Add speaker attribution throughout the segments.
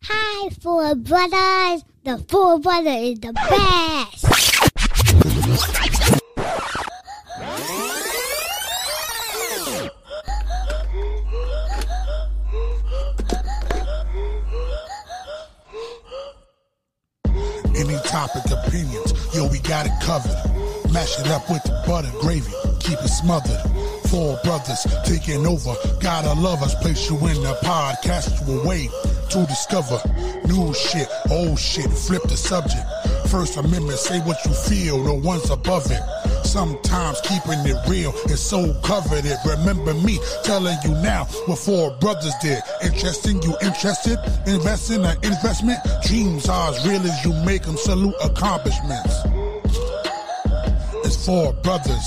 Speaker 1: Five Four Brothers. The Four Brother is the best.
Speaker 2: Any topic, opinions, yo, we got it covered. Mash it up with the butter, gravy, keep it smothered. Four brothers taking over, gotta love us. Place you in the podcast way to discover new shit, old shit. Flip the subject. First Amendment, say what you feel, the ones above it. Sometimes keeping it real is so coveted. Remember me telling you now what four brothers did. Interesting, you interested? Invest in an investment? Dreams are as real as you make them. Salute accomplishments. It's four brothers.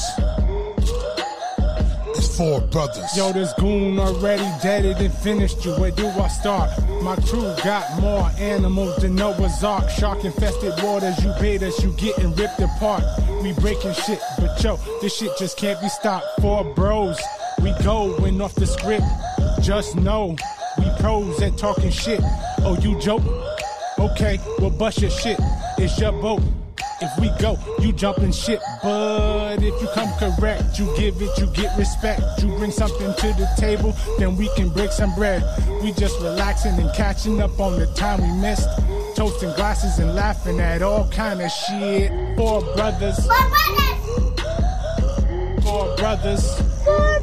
Speaker 2: It's four brothers.
Speaker 3: Yo, this goon already deaded and finished you. Where do I start? My crew got more animals than Noah's Ark. Shark infested waters, you bait us, you getting ripped apart. We breaking shit, but yo, this shit just can't be stopped. Four bros, we going off the script. Just know, we pros at talking shit. Oh, you joke? Okay, well, bust your shit. It's your boat. If we go, you jumpin' shit, but if you come correct, you give it, you get respect. You bring something to the table, then we can break some bread. We just relaxing and catching up on the time we missed. Toasting glasses and laughing at all kind of shit. Four brothers,
Speaker 1: Four Brothers.
Speaker 3: four brothers,
Speaker 1: Four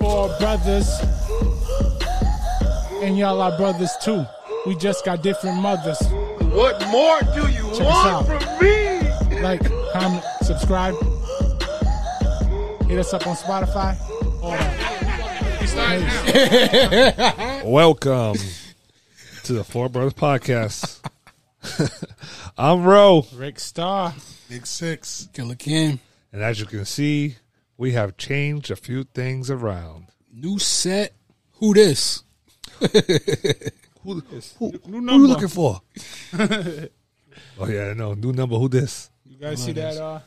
Speaker 1: Brothers.
Speaker 3: four brothers. And y'all are brothers too. We just got different mothers.
Speaker 4: What more do you
Speaker 3: us
Speaker 4: want
Speaker 3: out.
Speaker 4: from me?
Speaker 3: Like, comment, subscribe. Hit us up on Spotify. Or
Speaker 5: Welcome to the Four Brothers Podcast. I'm Ro,
Speaker 3: Rick Starr.
Speaker 2: Big six.
Speaker 6: Killer Kim,
Speaker 5: and as you can see, we have changed a few things around.
Speaker 6: new set. Who this?
Speaker 5: Who, who,
Speaker 3: New
Speaker 5: who you
Speaker 3: number.
Speaker 5: looking for? oh yeah, I know. New number. Who this?
Speaker 3: You guys see that uh,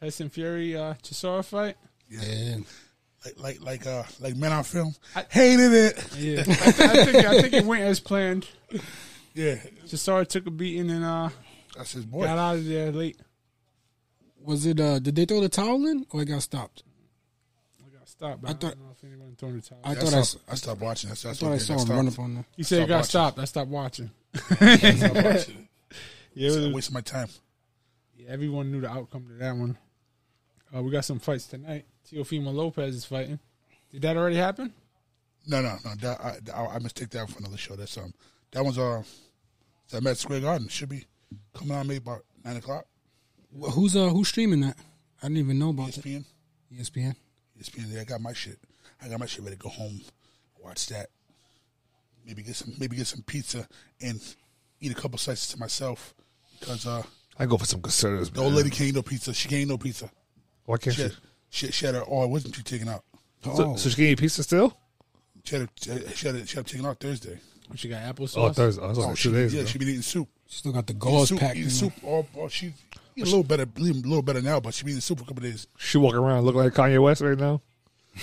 Speaker 3: Tyson Fury uh, Chisora fight?
Speaker 6: Yeah,
Speaker 2: Like like like uh like men on film.
Speaker 3: I-
Speaker 2: Hated it.
Speaker 3: Yeah, I, I think I think it went as planned.
Speaker 2: Yeah,
Speaker 3: Chisora took a beating and uh,
Speaker 2: that's his
Speaker 3: got
Speaker 2: boy.
Speaker 3: out of there late.
Speaker 6: was it? uh Did they throw the towel in, or it got stopped?
Speaker 3: I got stopped. But I,
Speaker 6: I thought-
Speaker 3: don't know if anyone thrown the towel.
Speaker 6: I
Speaker 2: I
Speaker 6: thought I, s-
Speaker 2: stopped, I stopped watching. That's, that's
Speaker 6: I thought I
Speaker 2: what
Speaker 6: saw him run up on the.
Speaker 3: He said he
Speaker 2: stopped
Speaker 3: got
Speaker 2: watching.
Speaker 3: stopped. I stopped watching.
Speaker 2: watching.
Speaker 3: Yeah, it
Speaker 2: It's a
Speaker 3: was-
Speaker 2: waste of my time.
Speaker 3: yeah, everyone knew the outcome to that one. Uh, we got some fights tonight. Teofimo Lopez is fighting. Did that already happen?
Speaker 2: No, no, no. That, I, I, I mistake that for another show. That's um, that one's uh, that Met Square Garden should be coming on maybe about nine o'clock.
Speaker 6: Wh- Who's uh who's streaming that? I didn't even know about that. E
Speaker 2: ESPN,
Speaker 6: ESPN.
Speaker 2: ESPN. Yeah, I got my shit. I got my shit ready to go home, watch that. Maybe get some, maybe get some pizza and eat a couple slices to myself because uh,
Speaker 5: I go for some conservatives.
Speaker 2: the old
Speaker 5: man.
Speaker 2: lady can't eat no pizza. She can't eat no pizza.
Speaker 5: Why can't
Speaker 2: She
Speaker 5: she?
Speaker 2: had, she, she had her. Oh, wasn't she taking out?
Speaker 6: Oh.
Speaker 5: So, so she can eat pizza still?
Speaker 2: She had, her, she had, her, she had her taken out Thursday.
Speaker 3: She got applesauce.
Speaker 5: Oh, Thursday. I was
Speaker 2: Oh,
Speaker 5: like
Speaker 2: she,
Speaker 5: two days
Speaker 2: yeah,
Speaker 5: ago.
Speaker 2: she been eating soup.
Speaker 6: She still got the gauze
Speaker 2: soup,
Speaker 6: packed.
Speaker 2: eating
Speaker 6: in
Speaker 2: soup. All, all she eat a little better, a little better now, but she been eating soup for a couple of days.
Speaker 5: She walking around looking like Kanye West right now.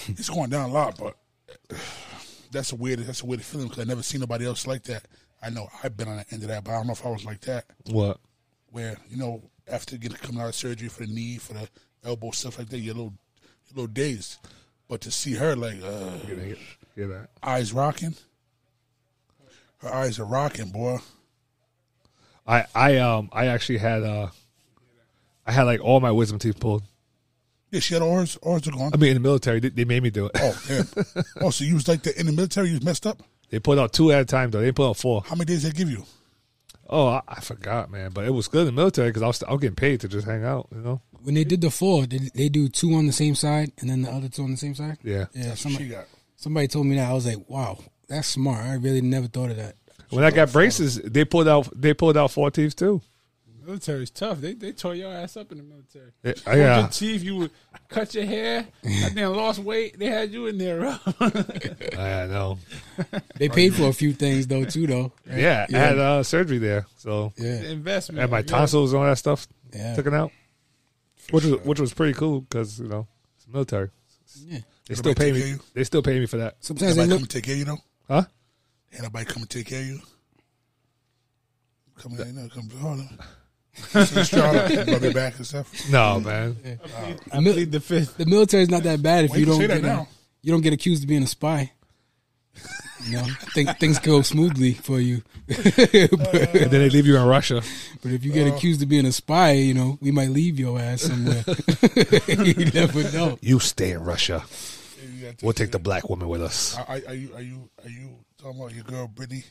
Speaker 2: It's going down a lot, but that's a weird, that's a weird feeling because I never seen nobody else like that. I know I've been on the end of that, but I don't know if I was like that.
Speaker 5: What?
Speaker 2: Where you know, after getting coming out of surgery for the knee, for the elbow, stuff like that, you're a little, you're a little dazed. But to see her like uh,
Speaker 5: Get that. Get that.
Speaker 2: eyes rocking, her eyes are rocking, boy.
Speaker 5: I I um I actually had uh I had like all my wisdom teeth pulled.
Speaker 2: Yeah, she had all hers, all hers are gone.
Speaker 5: I mean, in the military, they, they made me do it.
Speaker 2: Oh damn! oh, so you was like that in the military? You was messed up.
Speaker 5: They pulled out two at a time though. They didn't pull out four.
Speaker 2: How many days they give you?
Speaker 5: Oh, I, I forgot, man. But it was good in the military because I was I was getting paid to just hang out. You know?
Speaker 6: When they did the four, they, they do two on the same side and then the other two on the same side.
Speaker 5: Yeah.
Speaker 2: That's
Speaker 6: Yeah,
Speaker 2: what she
Speaker 6: somebody,
Speaker 2: got.
Speaker 6: somebody told me that. I was like, wow, that's smart. I really never thought of that.
Speaker 5: When I got braces, they pulled out they pulled out four teeth too.
Speaker 3: Military's tough. They they tore your ass up in the military.
Speaker 5: Yeah,
Speaker 6: Uh.
Speaker 3: yeah.
Speaker 5: yeah,
Speaker 3: chief, you would cut your hair, I then lost weight. They had you in there. uh,
Speaker 5: I know.
Speaker 6: They paid for a few things though too though.
Speaker 5: Yeah, I had uh, surgery there, so
Speaker 6: Yeah,
Speaker 3: investment.
Speaker 5: and my
Speaker 3: Yeah.
Speaker 5: tonsils and all that stuff
Speaker 6: Yeah.
Speaker 5: taken out, which was which was pretty cool because you know it's military.
Speaker 6: yeah.
Speaker 5: They still pay me. They still pay me for that,
Speaker 6: Sometimes they
Speaker 2: Anybody
Speaker 6: look
Speaker 2: come and take care of you though?
Speaker 5: huh?
Speaker 2: Anybody come and take care of you? Come in, no, come harder. See, Stroud, rub your back and stuff.
Speaker 5: No, man.
Speaker 7: I plead the fifth.
Speaker 6: The military's not that bad if
Speaker 2: Why
Speaker 6: you
Speaker 2: you
Speaker 6: don't
Speaker 2: say that
Speaker 6: get a,
Speaker 2: now?
Speaker 6: you don't get accused of being a spy. You know, think, things go smoothly for you. but,
Speaker 5: And then they leave you in Russia.
Speaker 6: but if you get accused of being a spy, you know we might leave your ass somewhere. you never know.
Speaker 5: You stay in Russia.
Speaker 2: You got to-
Speaker 5: We'll take the black woman with us.
Speaker 2: Are, are are you are you are you talking about your girl Brittany?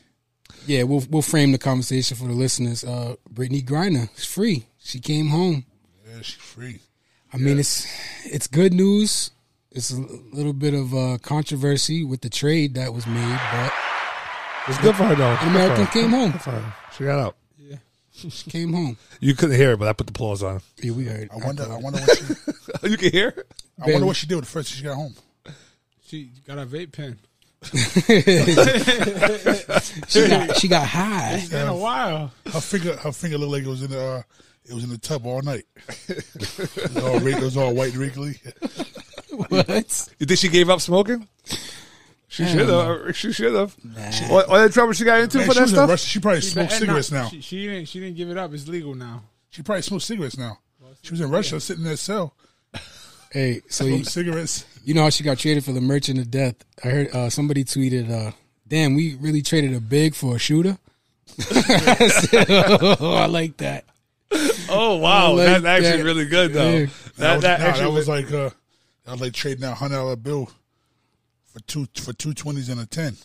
Speaker 6: Yeah, we'll we'll frame the conversation for the listeners. Uh, Brittany Griner is free. She came home.
Speaker 2: Yeah, she's free.
Speaker 6: I mean, it's it's good news. It's a little bit of uh, controversy with the trade that was made, but
Speaker 5: It's good for her though.
Speaker 6: an American
Speaker 5: Good
Speaker 6: came home.
Speaker 5: for her. Good for her. She got out.
Speaker 6: She came home.
Speaker 5: You couldn't hear it, but I put the applause on.
Speaker 6: Yeah, we heard.
Speaker 2: I wonder. I wonder what she.
Speaker 5: you can hear? it?
Speaker 2: I wonder what she did with the first she got home.
Speaker 3: She got a vape pen.
Speaker 6: She got she got high.
Speaker 7: It's been a while.
Speaker 2: Her finger, her finger looked like it was in the. Uh, it was in the tub all night. it, was all, wrig- it was all white and wrinkly.
Speaker 6: What?
Speaker 5: You think she gave up smoking? She
Speaker 6: Hell
Speaker 5: should have. She should have. All, all that trouble she got into
Speaker 2: Man,
Speaker 5: for
Speaker 2: she,
Speaker 5: that
Speaker 2: was in
Speaker 5: stuff.
Speaker 2: Russia. she probably smokes
Speaker 3: And
Speaker 2: cigarettes
Speaker 3: not-
Speaker 2: now.
Speaker 3: She, she didn't. She didn't give it up. It's legal now.
Speaker 2: She probably smokes cigarettes now. She was in Russia, sitting in that cell,
Speaker 6: Hey, so you,
Speaker 2: smoking cigarettes.
Speaker 6: you know how she got traded for the merchant of death? I heard uh, somebody tweeted, uh, "Damn, we really traded a big for a shooter." I said, oh, I like that.
Speaker 5: Oh wow,
Speaker 6: like
Speaker 5: that's actually
Speaker 6: that.
Speaker 5: really good though.
Speaker 6: Yeah.
Speaker 5: That, that,
Speaker 2: That, was, nah,
Speaker 5: actually
Speaker 2: that was
Speaker 5: was.
Speaker 2: like uh, that was like trading that hundred dollar bill for two for two twenties and a ten.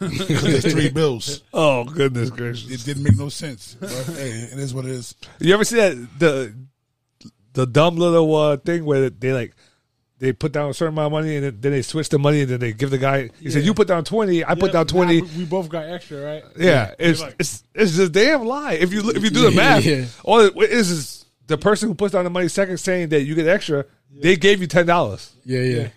Speaker 2: 'Cause There's three bills.
Speaker 5: Oh goodness gracious!
Speaker 2: It didn't make no sense. But, hey, it is what it is.
Speaker 5: You ever see that the the dumb little uh, thing where they like they put down a certain amount of money and then they switch the money and then they give the guy. He said, "You put down twenty, I put
Speaker 3: Yeah,
Speaker 5: down 20
Speaker 3: nah, we- we both got extra, right?
Speaker 5: Yeah, it's it's it's just damn lie. If you look- if you do the
Speaker 6: Yeah,
Speaker 5: math,
Speaker 6: yeah.
Speaker 5: all it is is the person who puts down the money second saying that you get extra. They gave you ten dollars.
Speaker 6: Yeah, yeah.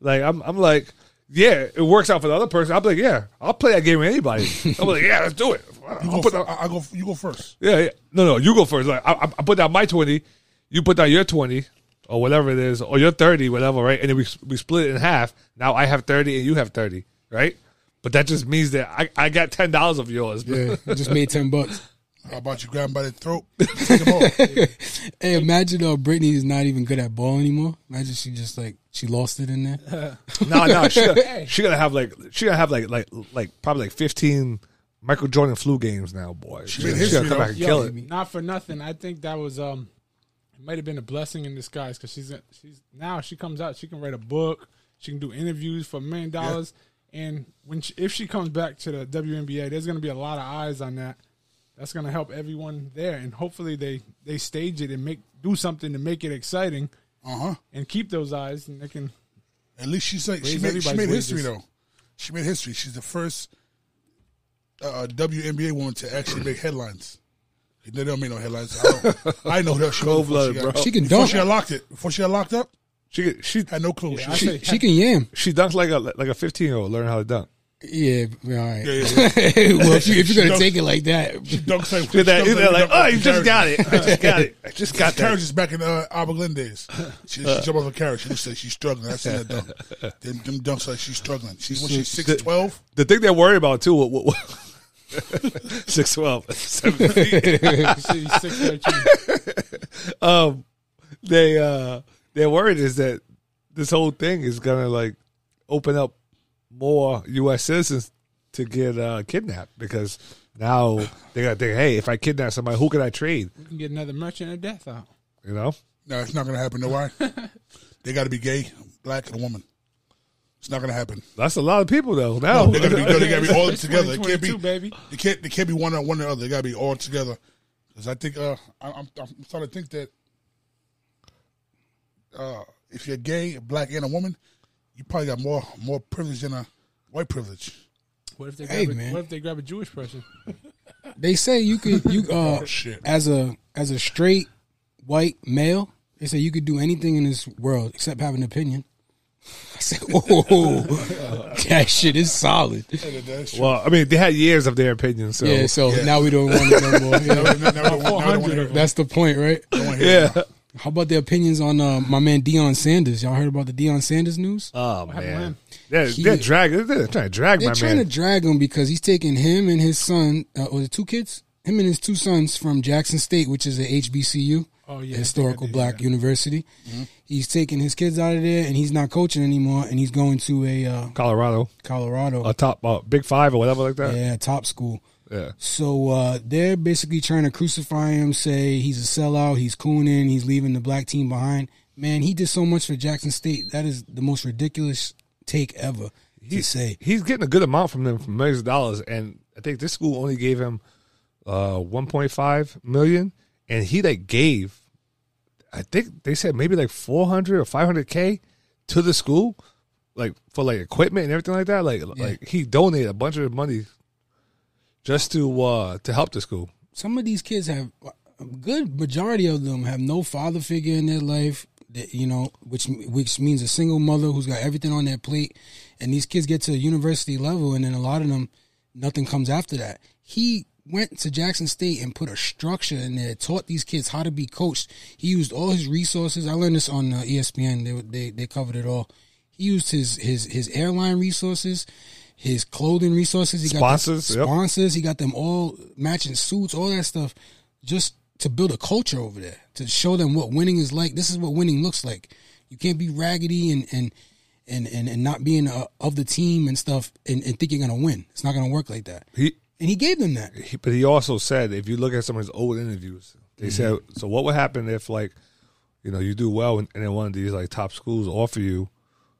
Speaker 5: Like I'm I'm like, yeah, it works out for the other person. I'm like, yeah, I'll play that game with anybody. I'm like, yeah, let's do it.
Speaker 2: You
Speaker 5: I'll
Speaker 2: go,
Speaker 5: put
Speaker 2: fir-
Speaker 5: down,
Speaker 2: I, I go. You go first.
Speaker 5: yeah, yeah, no, no, you go first. Like I, I- I put down my twenty, you put down your twenty or whatever it is, or your thirty, whatever, right? And then we we split it in half. Now I have thirty and you have thirty, right? But that just means that I, I got ten dollars of yours.
Speaker 6: Yeah, I just made ten bucks.
Speaker 2: How about you grab him by the throat? Take him off.
Speaker 6: Hey, imagine uh, Brittany is not even good at ball anymore. Imagine she just like she lost it in there.
Speaker 5: No, no, she gonna, she gonna have like she gonna have like like like probably like fifteen Michael Jordan flu games now, boy. She,
Speaker 2: made
Speaker 5: gonna- she
Speaker 2: history,
Speaker 5: gonna come
Speaker 2: though.
Speaker 5: back and
Speaker 3: Yo,
Speaker 5: kill it.
Speaker 3: Not for nothing. I think that was um, it might have been a blessing in disguise because she's she's now she comes out. She can write a book. She can do interviews for a million dollars. And when she, if she comes back to the WNBA, there's going to be a lot of eyes on that. That's going to help everyone there, and hopefully they they stage it and make do something to make it exciting
Speaker 2: Uh huh.
Speaker 3: and keep those eyes, and they can
Speaker 2: At least she's like she
Speaker 3: Raise
Speaker 2: made, she
Speaker 3: everybody's
Speaker 2: made history
Speaker 3: wages.
Speaker 2: though. She made history. She's the first uh, WNBA woman to actually make headlines. They don't make no headlines. I, don't, I know who that she was before she
Speaker 5: Cold-blooded,
Speaker 2: got,
Speaker 5: bro.
Speaker 6: She can
Speaker 2: Before
Speaker 6: dunk.
Speaker 2: she got locked it. Before she got locked up,
Speaker 5: She she
Speaker 2: had no clue.
Speaker 3: I
Speaker 2: she,
Speaker 3: say,
Speaker 6: She can yam.
Speaker 5: she dunks like a like a fifteen year old learn how to dunk.
Speaker 6: Yeah, all right.
Speaker 2: yeah, yeah,
Speaker 6: well, if, you, if you're
Speaker 2: She
Speaker 6: gonna
Speaker 2: dunks-
Speaker 6: take it like that,
Speaker 2: dunks like,
Speaker 5: Did that,
Speaker 2: she dunks
Speaker 5: you know, like,
Speaker 2: dunk
Speaker 5: oh,
Speaker 2: off
Speaker 5: you
Speaker 2: the
Speaker 5: just
Speaker 2: carriage.
Speaker 5: got it. I just got it. I just got that.
Speaker 2: Carriage is back in uh, Arbor Glen days. She,
Speaker 5: Uh.
Speaker 2: she jump off a carriage. She looks like she's struggling. I seen that dunk. Them, them dunks like she's struggling. She's when she's six twelve.
Speaker 5: The thing they worry about too, what, what, six twelve, seven feet.
Speaker 3: see six thirteen.
Speaker 5: Um, they uh, they're worried is that this whole thing is gonna like open up more U.S. citizens to get uh, kidnapped because now they gotta think, hey, if I kidnap somebody, who can I trade?
Speaker 3: We can get another merchant of death out.
Speaker 5: You know,
Speaker 2: No, it's not gonna happen. Know why? they got to be gay, black, and a woman. It's not gonna happen.
Speaker 5: that's a lot of people though. Now
Speaker 2: They gotta be, no, they gotta be all together. It can't be,
Speaker 3: 2022, baby.
Speaker 2: They can't, they can't be one or one or the other. They gotta be all together. Because I think, uh, I, I'm, I'm starting to think that, uh, if you're gay, black, and a woman, you probably got more more privilege than a white privilege.
Speaker 3: What if they grab
Speaker 6: Hey,
Speaker 3: a,
Speaker 6: man.
Speaker 3: What if they grab a Jewish person?
Speaker 6: they say you could you uh
Speaker 2: Oh, shit.
Speaker 6: as a as a straight white male. They say you could do anything in this world except have an opinion. I said, "Whoa, that shit is solid."
Speaker 5: well, I mean, they had years of their opinions. So
Speaker 6: Yeah,
Speaker 5: yeah,
Speaker 6: so now we don't want it no more. Yeah. That's the point, right? How about the opinions on uh, my man Deion Sanders? Y'all heard about the Deion Sanders news?
Speaker 5: oh man, they're,
Speaker 6: He-
Speaker 5: they're dragging, they're trying to drag
Speaker 6: They're
Speaker 5: my
Speaker 6: trying
Speaker 5: man.
Speaker 6: to drag him because he's taking him and his son, uh, or the two kids, him and his two sons from Jackson State, which is a HBCU,
Speaker 3: Oh, yeah, I
Speaker 6: a historical
Speaker 3: think I did, Mm-hmm.
Speaker 6: black university. He's taking his kids out of there, and he's not coaching anymore, and he's going to a uh,
Speaker 5: Colorado,
Speaker 6: Colorado,
Speaker 5: a top uh, Big Five or whatever like that.
Speaker 6: yeah, top school.
Speaker 5: Yeah.
Speaker 6: So uh, they're basically trying to crucify him, say he's a sellout, he's cooning, he's leaving the black team behind. Man, he did so much for Jackson State. That is the most ridiculous take ever to say.
Speaker 5: He's getting a good amount from them, from millions of dollars, and I think this school only gave him uh 1.5 million, and he like gave, I think they said maybe like 400 or 500 k to the school, like for like equipment and everything like that. Like like he donated a bunch of money just to uh to help the school.
Speaker 6: Some of these kids have a good majority of them have no father figure in their life. That, you know, which which means a single mother who's got everything on their plate, and these kids get to university level, and then a lot of them, nothing comes after that. He went to Jackson State and put a structure in there, taught these kids how to be coached. He used all his resources. I learned this on uh, ESPN. They, they they covered it all. He used his his his airline resources, his clothing resources. He
Speaker 5: Sponsors,
Speaker 6: got
Speaker 5: yep.
Speaker 6: them, sponsors. He got them all matching suits, all that stuff, just to build a culture over there to show them what winning is like. This is what winning looks like. You can't be raggedy and and and and, and not being uh of the team and stuff and, and think you're gonna win. It's not gonna work like that.
Speaker 5: He
Speaker 6: And he gave them that.
Speaker 5: he, but he also said if you look at some of his old interviews, they said so what would happen if like you know you do well and, and then one of these like top schools offer you,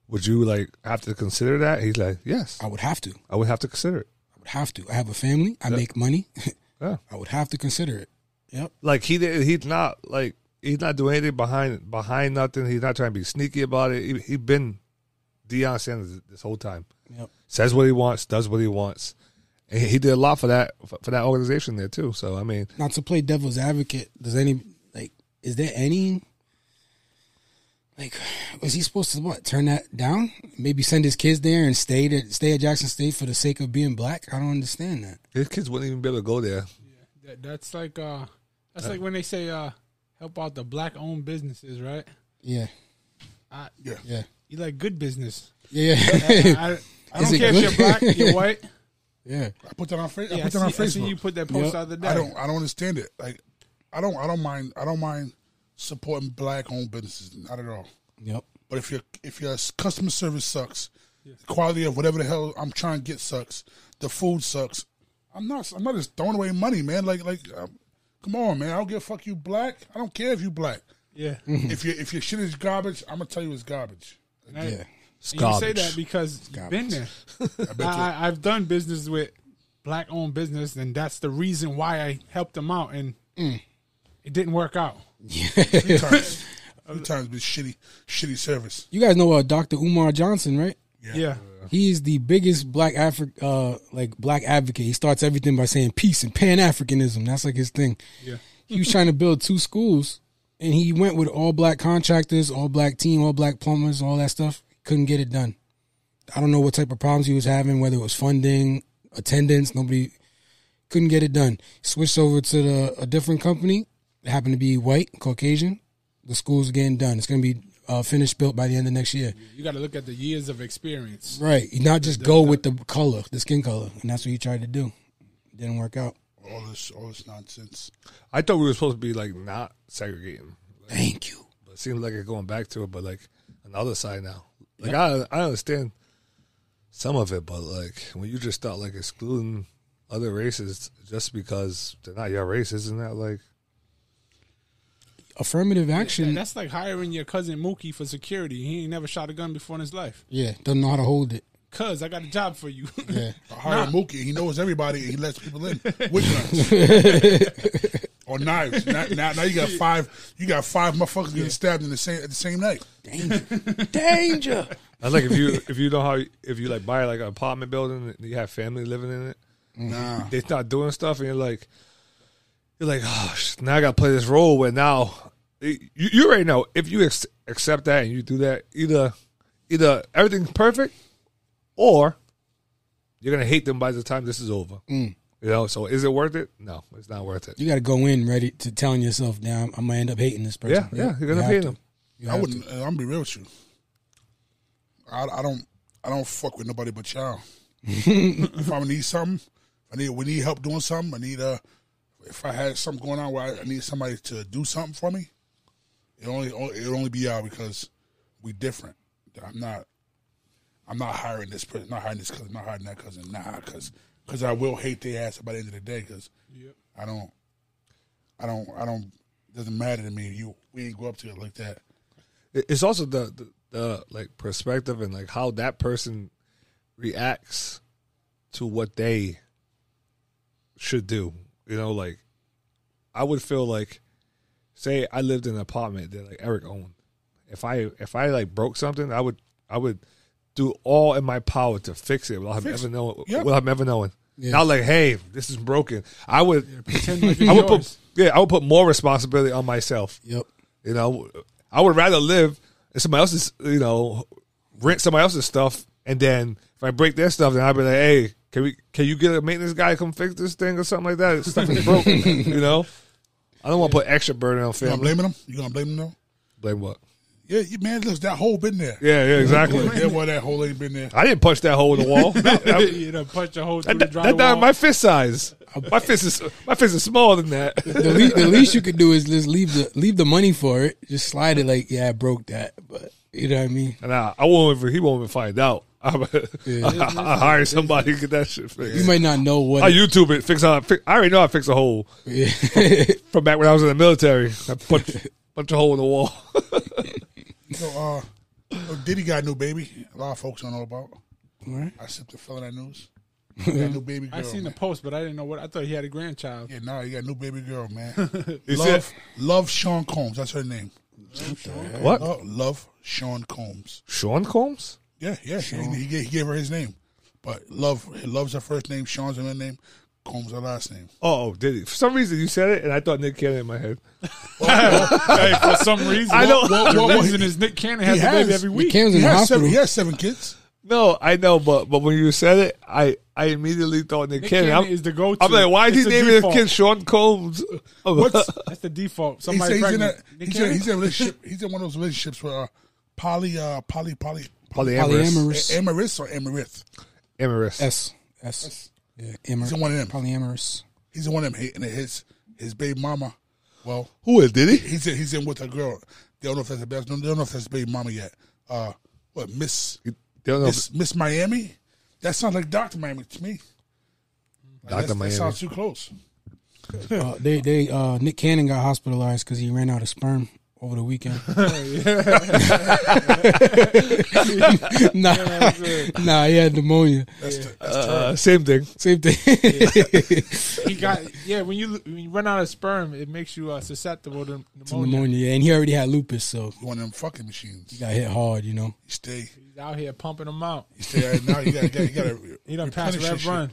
Speaker 5: would you like have to consider that? He's like, yes,
Speaker 6: I would have to.
Speaker 5: I would have to consider it.
Speaker 6: I would have to. I have a family. I make money.
Speaker 5: Yeah,
Speaker 6: I would have to consider it. Yep.
Speaker 5: like he did. He's not like he's not doing anything behind behind nothing. He's not trying to be sneaky about it. He he been Deion Sanders this whole time.
Speaker 6: Yep.
Speaker 5: Says what he wants, does what he wants. And he he did a lot for that for for that organization there too. So I mean,
Speaker 6: Now to play devil's advocate, does any like is there any like was he supposed to what turn that down? Maybe send his kids there and stay to stay at Jackson State for the sake of being black? I don't understand that.
Speaker 5: his kids wouldn't even be able to go there.
Speaker 3: That, that's like uh, that's like when they say uh, help out the black-owned businesses, right?
Speaker 6: Yeah.
Speaker 3: I,
Speaker 6: Yeah.
Speaker 3: you like good business.
Speaker 6: Yeah.
Speaker 3: I, I
Speaker 6: Is
Speaker 3: don't
Speaker 6: it
Speaker 3: care
Speaker 6: good?
Speaker 3: if you're black, you're white.
Speaker 6: yeah.
Speaker 2: I put that on, Fa- I
Speaker 3: Yeah, I,
Speaker 2: put
Speaker 3: see,
Speaker 2: that on
Speaker 3: I see
Speaker 2: Facebook.
Speaker 3: you put that post
Speaker 6: Yep.
Speaker 3: out the day.
Speaker 2: I don't I don't understand it. Like I don't I don't mind I don't mind supporting black owned businesses, not at all.
Speaker 6: Yep.
Speaker 2: But if your if your customer service sucks, the quality of whatever the hell I'm trying to get sucks, the food sucks. I'm not I'm not just throwing away money, man. Like like, um, come on, man. I don't give a fuck. You black? I don't care if you black.
Speaker 3: Yeah.
Speaker 2: if your if your shit is garbage, I'm gonna tell you it's garbage.
Speaker 3: Right?
Speaker 6: Yeah.
Speaker 3: And you say
Speaker 5: Garbage.
Speaker 3: that because you've been there.
Speaker 2: I bet you.
Speaker 3: I, I, I've done business with black owned business, and that's the reason why I helped them out, and
Speaker 2: Mm.
Speaker 3: it didn't work out.
Speaker 2: Few times, few times with shitty shitty service.
Speaker 6: You guys know uh, Dr. Umar Johnson, right?
Speaker 3: Yeah.
Speaker 2: Uh.
Speaker 6: He is the biggest black Afri- uh like black advocate. He starts everything by saying peace and pan Africanism. That's like his thing.
Speaker 3: Yeah.
Speaker 6: He was trying to build two schools and he went with all black contractors, all black team, all black plumbers, all that stuff. Couldn't get it done. I don't know what type of problems he was having, whether it was funding, attendance, nobody couldn't get it done. Switched over to the, a different company. It happened to be white, Caucasian. The school's getting done. It's going to be uh, finished built by the end of next year.
Speaker 3: You got to look at the years of experience.
Speaker 6: Right. You Not just go with the color, the skin color. And that's what he tried to do. Didn't work out.
Speaker 2: All this all this nonsense.
Speaker 5: I thought we were supposed to be like not segregating.
Speaker 6: Thank you.
Speaker 5: But it seems like it's going back to it, but like on the other side now. Like I I understand some of it, but like when you just start like excluding other races just because they're not your race, isn't that like
Speaker 6: Affirmative action.
Speaker 3: That's like hiring your cousin Mookie for security. He ain't never shot a gun before in his life.
Speaker 6: Yeah. Doesn't know how to hold it.
Speaker 3: Cuz I got a job for you.
Speaker 6: Yeah.
Speaker 2: I hire Mookie. He knows everybody. and He lets people in with guns or knives. Now, now, now you got five. You got five motherfuckers getting stabbed in the same at the same night.
Speaker 6: Danger.
Speaker 5: that's like if you if you know how if you like buy like an apartment building and you have family living in it,
Speaker 2: Nah,
Speaker 5: they start doing stuff and you're like you're like, oh sh- now I gotta play this role where now you, you already know if you ex- accept that and you do that, either either everything's perfect or you're gonna hate them by the time this is over. You know, so is it worth it? No, it's not worth it.
Speaker 6: Mm. You got to go in ready to telling yourself, now I'm going to end up hating this person.
Speaker 5: yeah, yeah, you're gonna
Speaker 6: have
Speaker 5: hate
Speaker 6: to.
Speaker 5: them.
Speaker 6: You
Speaker 2: I
Speaker 6: have
Speaker 2: wouldn't. uh, I'm gonna be real with you. I, I don't. I don't fuck with nobody but y'all. if I need something, if I need. We need help doing something. I need a. If if I had something going on where I need somebody to do something for me, it only it only be out because we different. I'm not I'm not hiring this person, not hiring this cousin, not hiring that cousin, nah, because cause I will hate their ass by the end of the day because I don't I don't I don't doesn't matter to me. You we ain't go up to it like that.
Speaker 5: It- It's also the, the the like perspective and like how that person reacts to what they should do. You know, like I would feel like, say I lived in an apartment that like Eric owned. If I if I like broke something, I would I would do all in my power to fix it without him ever knowing.
Speaker 2: Yeah.
Speaker 5: Without him ever knowing.
Speaker 6: Yeah.
Speaker 5: Not like, hey, this is broken. I would,
Speaker 3: Pretend like it's
Speaker 5: I would put,
Speaker 3: yours.
Speaker 5: yeah, I would put more responsibility on myself.
Speaker 6: Yep.
Speaker 5: You know, I would rather live in somebody else's, you know, rent somebody else's stuff, and then if I break their stuff, then I'd be like, hey, can we? Can you get a maintenance guy to come fix this thing or something like that? It's stuff is broken. you know, I don't want to put extra burden
Speaker 2: You
Speaker 5: on
Speaker 2: gonna
Speaker 5: family.
Speaker 2: blame them? You gonna blame them though?
Speaker 5: Blame what?
Speaker 2: Yeah, you, man, look, that hole been there.
Speaker 5: Yeah, yeah, exactly.
Speaker 2: Yeah, well, that hole ain't been there.
Speaker 5: I didn't punch that hole in the wall. that,
Speaker 3: you know, punch a hole through
Speaker 5: that,
Speaker 3: the
Speaker 5: that,
Speaker 3: drywall.
Speaker 5: not my fist size. My fist is my fist is smaller than that.
Speaker 6: The, le- the least you could do is just leave the leave the money for it. Just slide it like, yeah, I broke that, but you know what I mean.
Speaker 5: And I, I won't even he won't even find out. I,
Speaker 6: Yeah.
Speaker 5: I hire somebody to get that shit fixed.
Speaker 6: You might not know
Speaker 5: I
Speaker 6: what.
Speaker 5: YouTube it. Fix how I, fi- I already know I fix a hole
Speaker 6: it-
Speaker 5: from back when I was in the military. I punch punch a hole in the wall.
Speaker 2: So, uh, so Diddy got a new baby. A lot of folks don't know about.
Speaker 6: Alright.
Speaker 2: I sent the fella that news. He got a new baby girl.
Speaker 3: I seen the
Speaker 2: man.
Speaker 3: post, but I didn't know what. I thought he had a grandchild.
Speaker 2: Yeah, nah, he got a new baby girl, man.
Speaker 5: Is
Speaker 2: love,
Speaker 5: it-
Speaker 2: love Sean Combs. That's her name.
Speaker 5: what?
Speaker 2: Love, love Sean Combs.
Speaker 5: Sean Combs?
Speaker 2: Yeah, yeah. He, he, gave, he gave her his name, but love, love's her first name. Sean's her middle name. Combs her last name.
Speaker 5: Oh, did he? For some reason you said it, and I thought Nick Cannon in my head.
Speaker 3: hey, for some reason,
Speaker 5: I don't-
Speaker 2: Well,
Speaker 3: What, what,
Speaker 2: well,
Speaker 3: reason
Speaker 2: he-
Speaker 3: is Nick Cannon
Speaker 2: he
Speaker 3: has a baby
Speaker 2: has-
Speaker 3: every
Speaker 2: he
Speaker 3: week?
Speaker 6: Cam's
Speaker 2: He
Speaker 6: in the
Speaker 2: has seven.
Speaker 6: hospital.
Speaker 2: He has seven kids.
Speaker 5: No, I know, but but when you said it, I I immediately thought Nick,
Speaker 3: Nick
Speaker 5: Cannon.
Speaker 3: Cannon
Speaker 5: I'm,
Speaker 3: is the go-to.
Speaker 5: I'm like, why is
Speaker 3: It's
Speaker 5: he
Speaker 3: the
Speaker 5: naming his
Speaker 3: default.
Speaker 5: kid Sean Combs?
Speaker 2: What's
Speaker 3: That's the default.
Speaker 2: he
Speaker 3: Somebody
Speaker 2: said? He's in, a,
Speaker 3: pregnant. Nick
Speaker 2: he's, in,
Speaker 3: Cannon?
Speaker 2: he's in a relationship. He's in one of those relationships where uh, poly, uh, poly, poly,
Speaker 5: Polyamorous.
Speaker 6: Polyamorous.
Speaker 2: amorous or amorith.
Speaker 5: Amorous.
Speaker 6: S S. Yeah,
Speaker 2: He's in
Speaker 6: amor-
Speaker 2: one of them.
Speaker 6: polyamorous.
Speaker 2: He's in one of them. He, and his his baby mama. Well,
Speaker 5: Who is Diddy?
Speaker 2: he's in, he's in with a girl. They don't know if that's the best. They don't know if that's baby mama yet. Uh, what Miss
Speaker 5: Don't know
Speaker 2: Miss Miss Miami? That sounds like Doctor Miami to me. Like, that's-
Speaker 5: Dr. Miami.
Speaker 2: That sounds too close.
Speaker 6: Uh, they they uh, Nick Cannon got hospitalized because he ran out of sperm over the weekend. nah, nah, he had pneumonia.
Speaker 2: That's the, that's
Speaker 5: uh, same thing.
Speaker 6: Same thing.
Speaker 3: he got yeah. When you when you run out of sperm, it makes you uh, susceptible to pneumonia.
Speaker 6: pneumonia, and he already had lupus, so
Speaker 2: one of them fucking machines.
Speaker 6: he
Speaker 2: You
Speaker 6: got hit hard. You know.
Speaker 2: stay,
Speaker 3: He's out here pumping them out.
Speaker 2: you stay. Right now you gotta, you gotta, you gotta
Speaker 3: He done passed
Speaker 2: replenish your
Speaker 3: Rev
Speaker 2: shit.
Speaker 3: Run.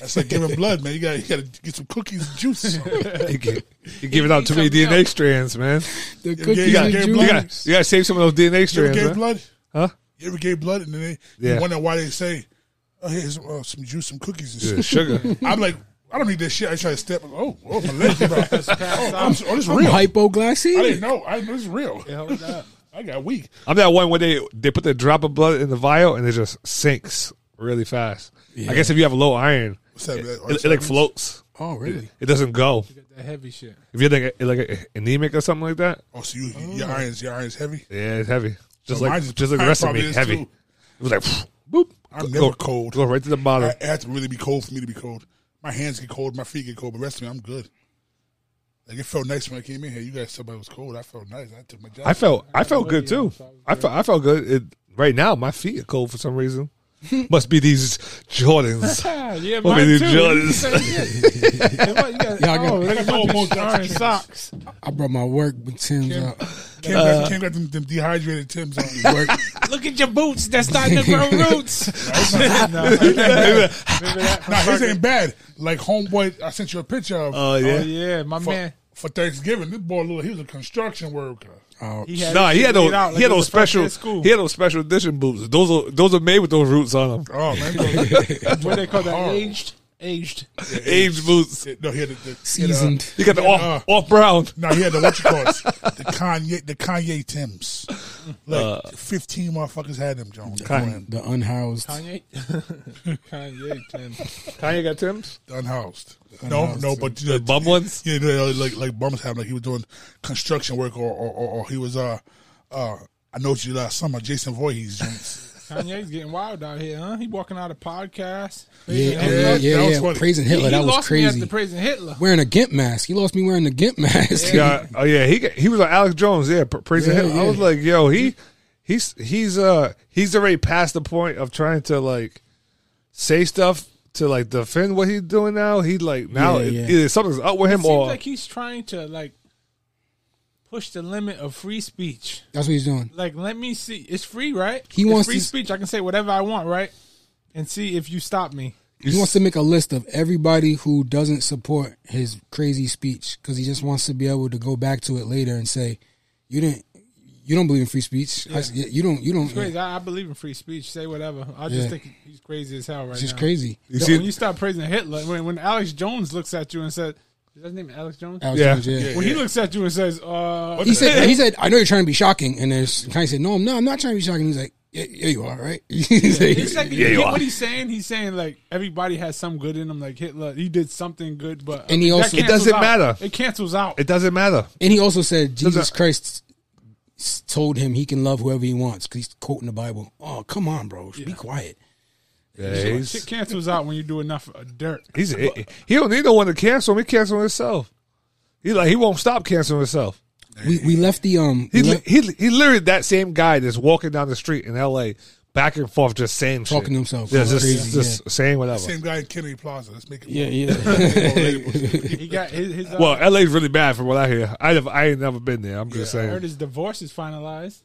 Speaker 2: That's like giving blood, man. You gotta, you gotta get some cookies, and juice. or something.
Speaker 5: You give- you giving out too many
Speaker 3: something
Speaker 5: DNA strands, man.
Speaker 6: The
Speaker 2: cookies
Speaker 5: You got,
Speaker 2: and
Speaker 5: you, got, you got to save some of those DNA
Speaker 2: You ever
Speaker 5: strands.
Speaker 2: gave
Speaker 5: huh?
Speaker 2: blood?
Speaker 5: Huh?
Speaker 2: You ever gave blood, and then they you
Speaker 5: Yeah.
Speaker 2: wonder why they say, "Oh, here's uh, some juice, some cookies." And
Speaker 5: Yeah,
Speaker 2: shit.
Speaker 5: sugar.
Speaker 2: I'm like, I don't need this shit. I try to step. Oh, oh, my legs, bro. oh, I'm, so- oh, this is
Speaker 6: I'm
Speaker 2: real. I
Speaker 6: hypoglycemia.
Speaker 2: didn't know. I, this is real. I got weak.
Speaker 5: I'm that one where they they put the drop of blood in the vial and it just sinks really fast. I guess if you have low iron,
Speaker 2: What's that? that-
Speaker 5: it, it like floats.
Speaker 6: Oh, really?
Speaker 5: It doesn't go.
Speaker 3: That heavy shit.
Speaker 5: If you're like like anemic or something like that,
Speaker 2: Oh, so you, your irons, your irons heavy.
Speaker 5: yeah, it's heavy. Just
Speaker 2: So
Speaker 5: like
Speaker 2: mine is-
Speaker 5: just like the
Speaker 2: mine
Speaker 5: rest of
Speaker 2: probably
Speaker 5: me,
Speaker 2: is
Speaker 5: heavy.
Speaker 2: too.
Speaker 5: It was like boop.
Speaker 2: I'm
Speaker 5: go,
Speaker 2: never cold.
Speaker 5: Go right to the bottom.
Speaker 2: I, uh, it has to really be cold for me to be cold. My hands get cold, my feet get cold, but the rest of me, I'm good. Like it felt nice when I came in here. You guys, somebody was cold. I felt nice. I took my job.
Speaker 5: I felt I felt good too. I felt I felt good. It, right now, my feet are cold for some reason. Must be these Jordans.
Speaker 3: Ah, yeah,
Speaker 5: Must
Speaker 3: mine
Speaker 5: be
Speaker 3: too.
Speaker 5: these Jordans.
Speaker 6: Yeah, I got-
Speaker 3: oh,
Speaker 6: I
Speaker 3: look
Speaker 2: got
Speaker 3: at all
Speaker 2: almost
Speaker 3: these
Speaker 2: got
Speaker 3: iron
Speaker 2: you.
Speaker 3: socks.
Speaker 6: I brought my work Tim's out.
Speaker 2: Kim,
Speaker 5: Uh,
Speaker 2: got, Kim got them, them dehydrated Tim's on.
Speaker 6: Work.
Speaker 3: Look at your boots. They're starting to grow roots.
Speaker 2: nah, his ain't bad. Like homeboy, I sent you a picture of uh,
Speaker 5: Oh
Speaker 3: Oh
Speaker 5: yeah.
Speaker 3: yeah, my
Speaker 2: for,
Speaker 3: man.
Speaker 2: for Thanksgiving. This boy, little, he was a construction worker.
Speaker 6: Oh,
Speaker 3: He had
Speaker 5: Nah,
Speaker 3: his
Speaker 5: he
Speaker 3: shit
Speaker 5: had
Speaker 3: laid
Speaker 5: those.
Speaker 3: out like
Speaker 5: he had
Speaker 3: it was
Speaker 5: those
Speaker 3: the first day
Speaker 5: special.
Speaker 3: of school.
Speaker 5: He had those special edition boots. Those are those are made with those roots on them.
Speaker 2: Oh man, he was-
Speaker 3: what they call that
Speaker 2: Horrible.
Speaker 3: aged, aged.
Speaker 5: Aged boots.
Speaker 2: no, he had the, the he had, uh,
Speaker 6: seasoned.
Speaker 5: You got the oh.
Speaker 2: Yeah, uh.
Speaker 5: off, off brown.
Speaker 2: No, he had the what you call it, the Kanye, the Kanye Tim's.
Speaker 5: Uh,
Speaker 2: Like fifteen motherfuckers had them Jones.
Speaker 5: Kanye.
Speaker 6: The unhoused.
Speaker 3: Kanye, Kanye, Tim.
Speaker 5: Kanye got Tim's?
Speaker 2: Unhoused. No,
Speaker 6: Unhoused.
Speaker 2: no, but
Speaker 5: The bum ones?
Speaker 2: Yeah, they, uh, like like bums have like he was doing construction work or or, or, or he was uh uh I know what you last summer Jason Voorhees joints.
Speaker 3: Kanye's getting wild out here, huh? He walking out of podcasts.
Speaker 6: Yeah,
Speaker 3: Praising
Speaker 6: oh,
Speaker 3: Hitler.
Speaker 6: yeah, yeah,
Speaker 2: that was
Speaker 6: yeah.
Speaker 2: funny.
Speaker 6: Praising Hitler.
Speaker 3: he
Speaker 6: that was
Speaker 3: lost me at
Speaker 6: crazy.
Speaker 3: the praising Hitler.
Speaker 6: wearing a gimp mask. He lost me wearing the gimp mask.
Speaker 5: Yeah. Oh yeah. He got, he was like Alex Jones. Yeah. pr- Praising
Speaker 6: Yeah,
Speaker 5: him. I
Speaker 6: yeah.
Speaker 5: was like, yo, he he's he's uh he's already past the point of trying to like say stuff to like defend what he's doing now. He like now
Speaker 6: Yeah,
Speaker 5: it-
Speaker 6: yeah.
Speaker 5: either something's up with
Speaker 3: It
Speaker 5: him
Speaker 3: seems
Speaker 5: or
Speaker 3: like he's trying to like push the limit of free speech.
Speaker 6: That's what he's doing.
Speaker 3: Like, let me see. It's free, right?
Speaker 6: He
Speaker 3: It's
Speaker 6: wants
Speaker 3: free
Speaker 6: to-
Speaker 3: speech. I can say whatever I want, right? And see if you stop me.
Speaker 6: He wants to make a list of everybody who doesn't support his crazy speech because he just wants to be able to go back to it later and say, "You didn't, you don't believe in free speech. I s- you don't, you don't."
Speaker 3: It's crazy. I, I believe in free speech. Say whatever. I just
Speaker 6: Yeah.
Speaker 3: think he's crazy as hell right
Speaker 6: It's just
Speaker 3: now.
Speaker 6: crazy.
Speaker 5: you
Speaker 3: So
Speaker 5: see
Speaker 3: when you start praising Hitler, when, when Alex Jones looks at you and says, "Is that his name Alex Jones?"
Speaker 6: Alex
Speaker 5: Yeah.
Speaker 6: Jones, yeah.
Speaker 3: When he looks at you and says, "Uh,
Speaker 6: He said, "He said, I know you're trying to be shocking." And there's Kanye said, "No, I'm not. I'm not trying to be shocking." He's like, "Yeah, yeah you are, right?" He's like-
Speaker 3: It's like
Speaker 5: Yeah,
Speaker 3: you
Speaker 5: you
Speaker 3: get
Speaker 5: are.
Speaker 3: what he's saying. He's saying like everybody has some good in them. Like Hitler, he did something good, but
Speaker 6: And he
Speaker 3: that
Speaker 6: also- It
Speaker 3: cancels
Speaker 5: doesn't
Speaker 3: out.
Speaker 5: matter.
Speaker 3: It cancels out.
Speaker 5: it doesn't matter.
Speaker 6: And he also said Jesus
Speaker 5: Doesn't-
Speaker 6: Christ s- told him he can love whoever he wants because he's quoting the Bible. Oh, come on, bro. Be quiet.
Speaker 5: Yeah,
Speaker 3: Shit
Speaker 5: he's,
Speaker 3: cancels out when you do enough uh, dirt.
Speaker 5: he's he he don't need no one to cancel him. He cancel himself. He like he won't stop canceling himself.
Speaker 6: We, we left the um
Speaker 5: He
Speaker 6: we
Speaker 5: li-
Speaker 6: left
Speaker 5: he he literally that same guy that's walking down the street in L.A. back and forth just saying shit.
Speaker 6: Talking to himself.
Speaker 5: Yeah,
Speaker 6: That's
Speaker 5: just,
Speaker 6: crazy,
Speaker 5: just saying whatever.
Speaker 2: Same guy in Kennedy Plaza. Let's make it.
Speaker 6: yeah yeah.
Speaker 3: He got his. his uh,
Speaker 5: Well, LA's really bad from what I hear. I have, I ain't never been there. I'm just
Speaker 3: I heard
Speaker 5: saying.
Speaker 3: his divorce is finalized.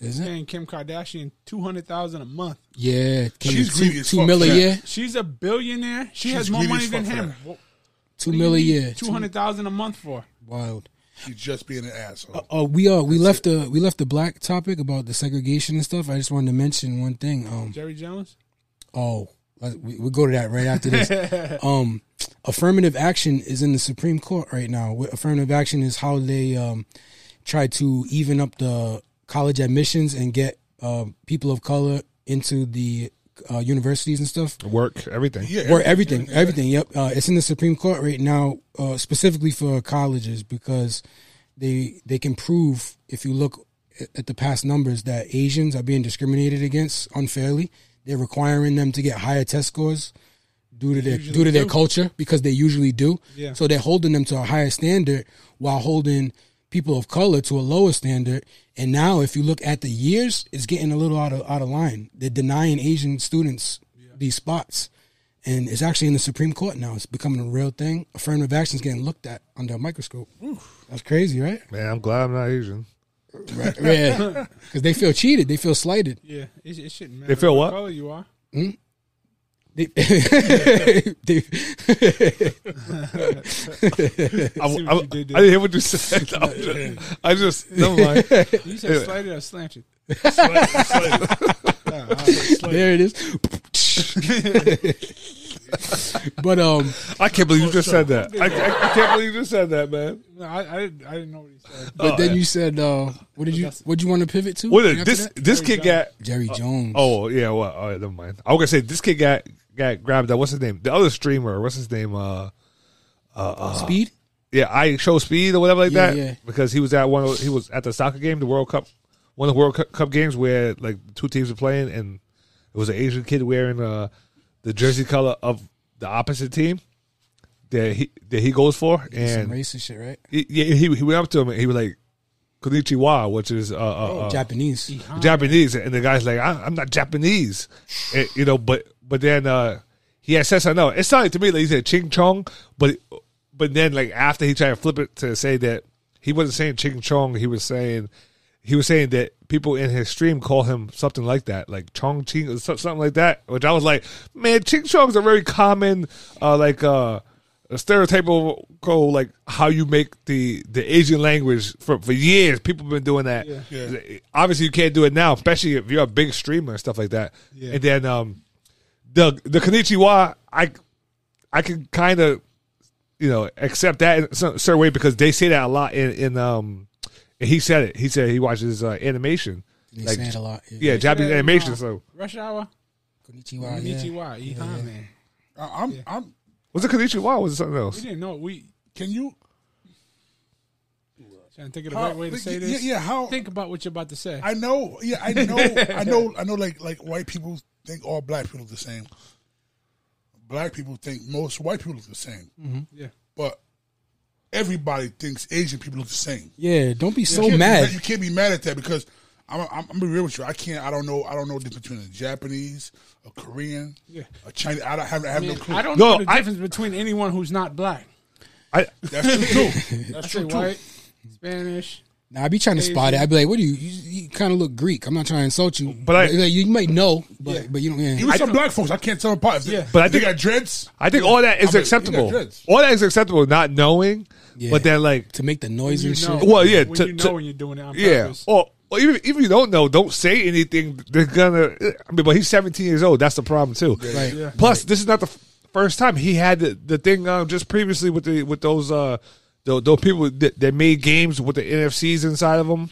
Speaker 6: Is it?
Speaker 3: Paying Kim Kardashian two hundred thousand a month.
Speaker 6: Yeah, Can you-
Speaker 2: She's greedy
Speaker 6: two,
Speaker 2: as
Speaker 6: two
Speaker 2: fuck,
Speaker 6: mil a
Speaker 2: yeah.
Speaker 6: year,
Speaker 3: She's a billionaire. She
Speaker 2: She's
Speaker 3: has more
Speaker 2: greedy
Speaker 3: money
Speaker 2: as
Speaker 3: than
Speaker 2: fuck for
Speaker 3: him.
Speaker 2: that.
Speaker 6: two mil a year,
Speaker 3: Two hundred thousand a month for.
Speaker 6: Wild.
Speaker 2: He's just being an asshole.
Speaker 6: Oh, we uh we left the we left the black topic about the segregation and stuff. I just wanted to mention one thing. Um,
Speaker 3: Jerry Jones.
Speaker 6: Oh, uh, we, we'll go to that right after this. um, affirmative action is in the Supreme Court right now. What affirmative action is how they um, try to even up the college admissions and get uh, people of color into the uh, universities and stuff.
Speaker 5: Work, everything. Yeah.
Speaker 6: Or everything, everything. Yep, uh, it's in the Supreme Court right now, uh, specifically for colleges because they they can prove if you look at- at the past numbers that Asians are being discriminated against unfairly. They're requiring them to get higher test scores due to their due to their culture because they usually do.
Speaker 3: Yeah.
Speaker 6: So they're holding them to a higher standard while holding people of color to a lower standard. And now, if you look at the years, it's getting a little out of out of line. They're denying Asian students these spots, and it's actually in the Supreme Court now. It's becoming a real thing. Affirmative action is getting looked at under a microscope. That's crazy, right?
Speaker 5: Man, I'm glad I'm not Asian.
Speaker 6: Right. Yeah, because they feel cheated. They feel slighted.
Speaker 3: Yeah, it, it shouldn't matter.
Speaker 5: They feel what?
Speaker 3: color you are.
Speaker 6: They, they,
Speaker 5: I, I,
Speaker 3: see what
Speaker 5: I
Speaker 3: you did
Speaker 5: didn't hear what you said. I'm just, I just, never mind.
Speaker 3: You said slighted or slanted.
Speaker 6: there it is. but um,
Speaker 5: I can't believe you just said that. I, I can't believe you just said that, man.
Speaker 3: No, I, I, didn't, I didn't know what he said.
Speaker 6: But then you said, uh, what did you what you want to pivot to?
Speaker 5: Oh, What
Speaker 6: after
Speaker 5: a, this
Speaker 6: that?
Speaker 5: this kid got?
Speaker 6: Jerry Jones.
Speaker 5: Oh yeah, well, all right, never mind. I was gonna say this kid got got grabbed. That what's his name? The other streamer. What's his name? Uh,
Speaker 6: Uh, speed.
Speaker 5: yeah, I show speed or whatever like
Speaker 6: Yeah,
Speaker 5: that.
Speaker 6: yeah.
Speaker 5: Because he was at one. Of, he was at the soccer game, the World Cup, one of the World Cu- Cup games where like two teams were playing, and it was an Asian kid wearing uh, the jersey color of the opposite team that he that he goes for,
Speaker 6: Some
Speaker 5: and
Speaker 6: racist shit, right?
Speaker 5: he, yeah, he he went up to him and he was like, "Konnichiwa," which is uh, uh,
Speaker 6: Oh,
Speaker 5: uh,
Speaker 6: Japanese.
Speaker 5: Japanese, and the guy's like, I, "I'm not Japanese," And, you know. But but then uh, he had said something. else. It sounded to me like he said "ching chong," but but then like after he tried to flip it to say that he wasn't saying "ching chong," he was saying he was saying that people in his stream call him something like that, like chong ching or so- something like that. Which I was like, man, ching chong is a very common uh, like. uh a stereotypical like how you make the the Asian language for for years. People have been doing that. Obviously, you can't do it now, especially if you're a big streamer and stuff like that. And then um, the the Kanichiwa, I I can kind of you know accept that in some certain way because they say that a lot in in um. and He said it. He said he watches uh, animation.
Speaker 6: They
Speaker 5: Like,
Speaker 6: say it a lot. Yeah.
Speaker 5: Yeah, Japanese
Speaker 3: Yeah,
Speaker 5: animation.
Speaker 3: nah.
Speaker 5: So
Speaker 3: Rush Hour, E
Speaker 6: Konnichiwa, yeah.
Speaker 3: Nichiwa, Ihane. Oh,
Speaker 2: I- I'm, I'm.
Speaker 5: was it Kanichi Wa? or Was it something
Speaker 3: We
Speaker 5: else?
Speaker 3: didn't know. We
Speaker 2: Can you?
Speaker 3: trying to think of the
Speaker 2: How,
Speaker 3: right way to say
Speaker 2: Uh, yeah,
Speaker 3: this.
Speaker 2: yeah. How?
Speaker 3: Think about what you're about to say.
Speaker 2: I know. Yeah, I know. I know. I know. Like, like white people think all black people are the same. Black people think most white people are the same.
Speaker 3: Mm-hmm. yeah.
Speaker 2: but everybody thinks Asian people look the same.
Speaker 6: Yeah, don't be so
Speaker 2: You can't be
Speaker 6: mad.
Speaker 2: You can't be mad at that because I'm, I'm, I'm gonna be real with you. I can't. I don't know. I don't know the difference between a Japanese, a Korean,
Speaker 3: Yeah.
Speaker 2: a Chinese. I don't have. I have no clue.
Speaker 3: I don't
Speaker 5: No,
Speaker 3: know the
Speaker 5: I-
Speaker 3: difference between anyone who's not black.
Speaker 5: I,
Speaker 2: That's true too. That's
Speaker 3: I say
Speaker 2: true too.
Speaker 3: white, Spanish.
Speaker 6: Nah, I be trying to spot it. I'd be like, "What do you? You, you kind of look Greek." I'm not trying to insult you, but
Speaker 5: I-
Speaker 6: like, you might know, but but you don't. Yeah.
Speaker 2: Even some black folks, I can't tell apart. If they,
Speaker 3: Yeah.
Speaker 5: But I
Speaker 2: if they
Speaker 5: think-
Speaker 2: got dreads.
Speaker 5: I think all that
Speaker 2: I
Speaker 5: is
Speaker 2: mean, you
Speaker 5: acceptable.
Speaker 2: got dreads.
Speaker 5: All that is acceptable, not knowing,
Speaker 6: Yeah.
Speaker 5: but then like
Speaker 6: to make the noise
Speaker 3: You
Speaker 6: and
Speaker 3: know.
Speaker 6: shit.
Speaker 5: Well, yeah,
Speaker 3: When
Speaker 5: to-
Speaker 3: you know
Speaker 5: to-
Speaker 3: when you're doing it on
Speaker 5: yeah, Oh,
Speaker 3: purpose.
Speaker 5: or, or even if you don't know, don't say anything. They're gonna. I mean, but he's 17 years old. That's the problem too.
Speaker 6: Right.
Speaker 3: Yeah.
Speaker 5: Plus, this is not the f- first time he had the, the thing um, just previously with the with those uh those, those people that, that made games with the NFCs inside of them.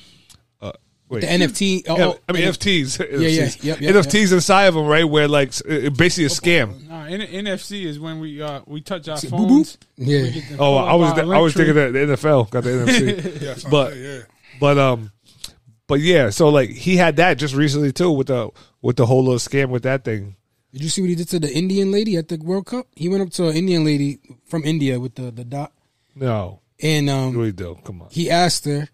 Speaker 5: Uh, wait.
Speaker 6: The NFT. Oh,
Speaker 5: Yeah,
Speaker 6: oh,
Speaker 5: I mean
Speaker 6: yeah.
Speaker 5: NFTs.
Speaker 6: yeah,
Speaker 5: NFTs.
Speaker 6: yep, yep,
Speaker 5: NFTs inside of them, right? Where like s- it- it basically a scam.
Speaker 3: Nah, N- NFC is when we uh, we touch our
Speaker 6: boo-boo?
Speaker 3: phones.
Speaker 6: Yeah.
Speaker 3: We get them
Speaker 5: Oh,
Speaker 3: pulled
Speaker 5: I was
Speaker 3: by
Speaker 5: I was thinking
Speaker 3: electric.
Speaker 5: that the NFL got the NFC,
Speaker 2: Yeah, that's what I'm
Speaker 5: but
Speaker 2: saying, yeah.
Speaker 5: but um, but yeah. So like he had that just recently too with the with the whole little scam with that thing.
Speaker 6: Did you see what he did to the Indian lady at the World Cup? He went up to an Indian lady from India with the the dot,
Speaker 5: No,
Speaker 6: and
Speaker 5: what do
Speaker 6: um,
Speaker 5: you do? Come on.
Speaker 6: he asked her,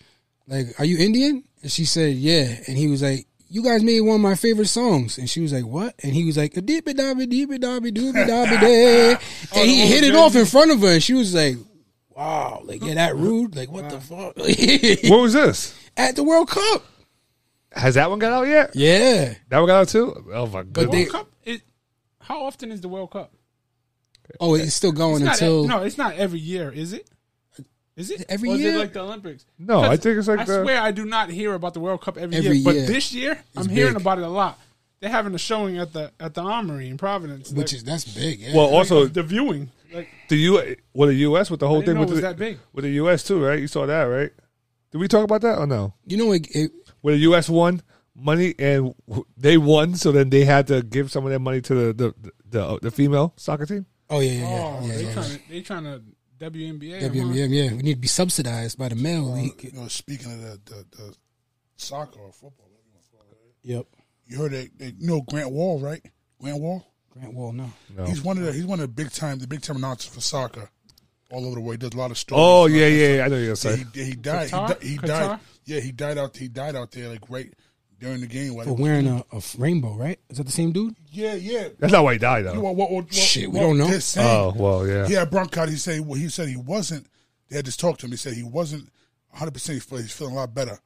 Speaker 6: like, "Are you Indian?" And she said, "Yeah." And he was like, "You guys made one of my favorite songs." And she was like, "What?" And he was like, "Adibi dabi dibi dabi doobi dabi day,"
Speaker 3: Oh,
Speaker 6: and he hit it off in front of her, and she was like. Wow, like yeah, that rude. Like what the fuck?
Speaker 5: What was this?
Speaker 6: at the World Cup.
Speaker 5: Has that one got out yet?
Speaker 6: Yeah,
Speaker 5: That one got out too. Oh my god!
Speaker 6: they-
Speaker 3: World Cup. It, how often is the World Cup?
Speaker 6: Oh, it's still going
Speaker 3: It's not
Speaker 6: until
Speaker 3: e- no, it's not every year, is it? Is it
Speaker 6: Every
Speaker 3: or Is
Speaker 6: year?
Speaker 3: it like the Olympics?
Speaker 5: No, I
Speaker 3: 'Cause
Speaker 5: think it's like
Speaker 3: I
Speaker 5: the-
Speaker 3: swear I do not hear about the World Cup every,
Speaker 6: Every
Speaker 3: year, but
Speaker 6: year.
Speaker 3: this year I'm
Speaker 6: It's
Speaker 3: hearing
Speaker 6: big.
Speaker 3: about it a lot. They're having a showing at the at the Armory in Providence,
Speaker 6: which
Speaker 3: Like,
Speaker 6: is that's big. Yeah.
Speaker 5: well, also
Speaker 3: the viewing. Like
Speaker 5: the U. Well, the U.S. with the whole
Speaker 3: I didn't
Speaker 5: thing
Speaker 3: know
Speaker 5: with
Speaker 3: it was
Speaker 5: the,
Speaker 3: that big.
Speaker 5: with the U.S. too, right? You saw that, right? Did we talk about that or no?
Speaker 6: you know, it, it,
Speaker 5: Where the U.S. won money and w- they won, so then they had to give some of their money to the the the, the female soccer team.
Speaker 6: oh yeah, yeah, yeah,
Speaker 3: Oh,
Speaker 6: yeah,
Speaker 3: they
Speaker 6: yeah,
Speaker 3: trying to they trying to WNBA.
Speaker 6: yeah,
Speaker 3: huh?
Speaker 6: yeah, yeah, yeah. We need to be subsidized by the male
Speaker 2: You
Speaker 6: league.
Speaker 2: know, speaking of the, the, the soccer or football, whatever you wanna call it,
Speaker 6: Yep.
Speaker 2: you heard that, that you know Grant Wall, right? Grant Wall.
Speaker 6: Grant Wall, no.
Speaker 5: No.
Speaker 2: He's one of the he's one of the big time the big time announcers for soccer all over the world. He does a lot of stories.
Speaker 5: Oh yeah, yeah, yeah. I know you're gonna
Speaker 2: Yeah,
Speaker 5: say.
Speaker 2: he, he died.
Speaker 3: Qatar?
Speaker 2: He, di- he
Speaker 3: Qatar?
Speaker 2: died. Yeah, he died out. He died out there, like right during the game. Like,
Speaker 6: For wearing a, a f- rainbow, right? Is that the same dude?
Speaker 2: yeah, yeah.
Speaker 5: That's not why he died
Speaker 2: You know
Speaker 5: though.
Speaker 2: what- what- what-
Speaker 6: Shit, we
Speaker 2: what
Speaker 6: don't know.
Speaker 2: they're saying-
Speaker 5: Oh well, yeah.
Speaker 2: He had bronchitis. He said well, he said he wasn't. They had just talked to him. He said he wasn't 100. percent He's feeling- he's feeling a lot better,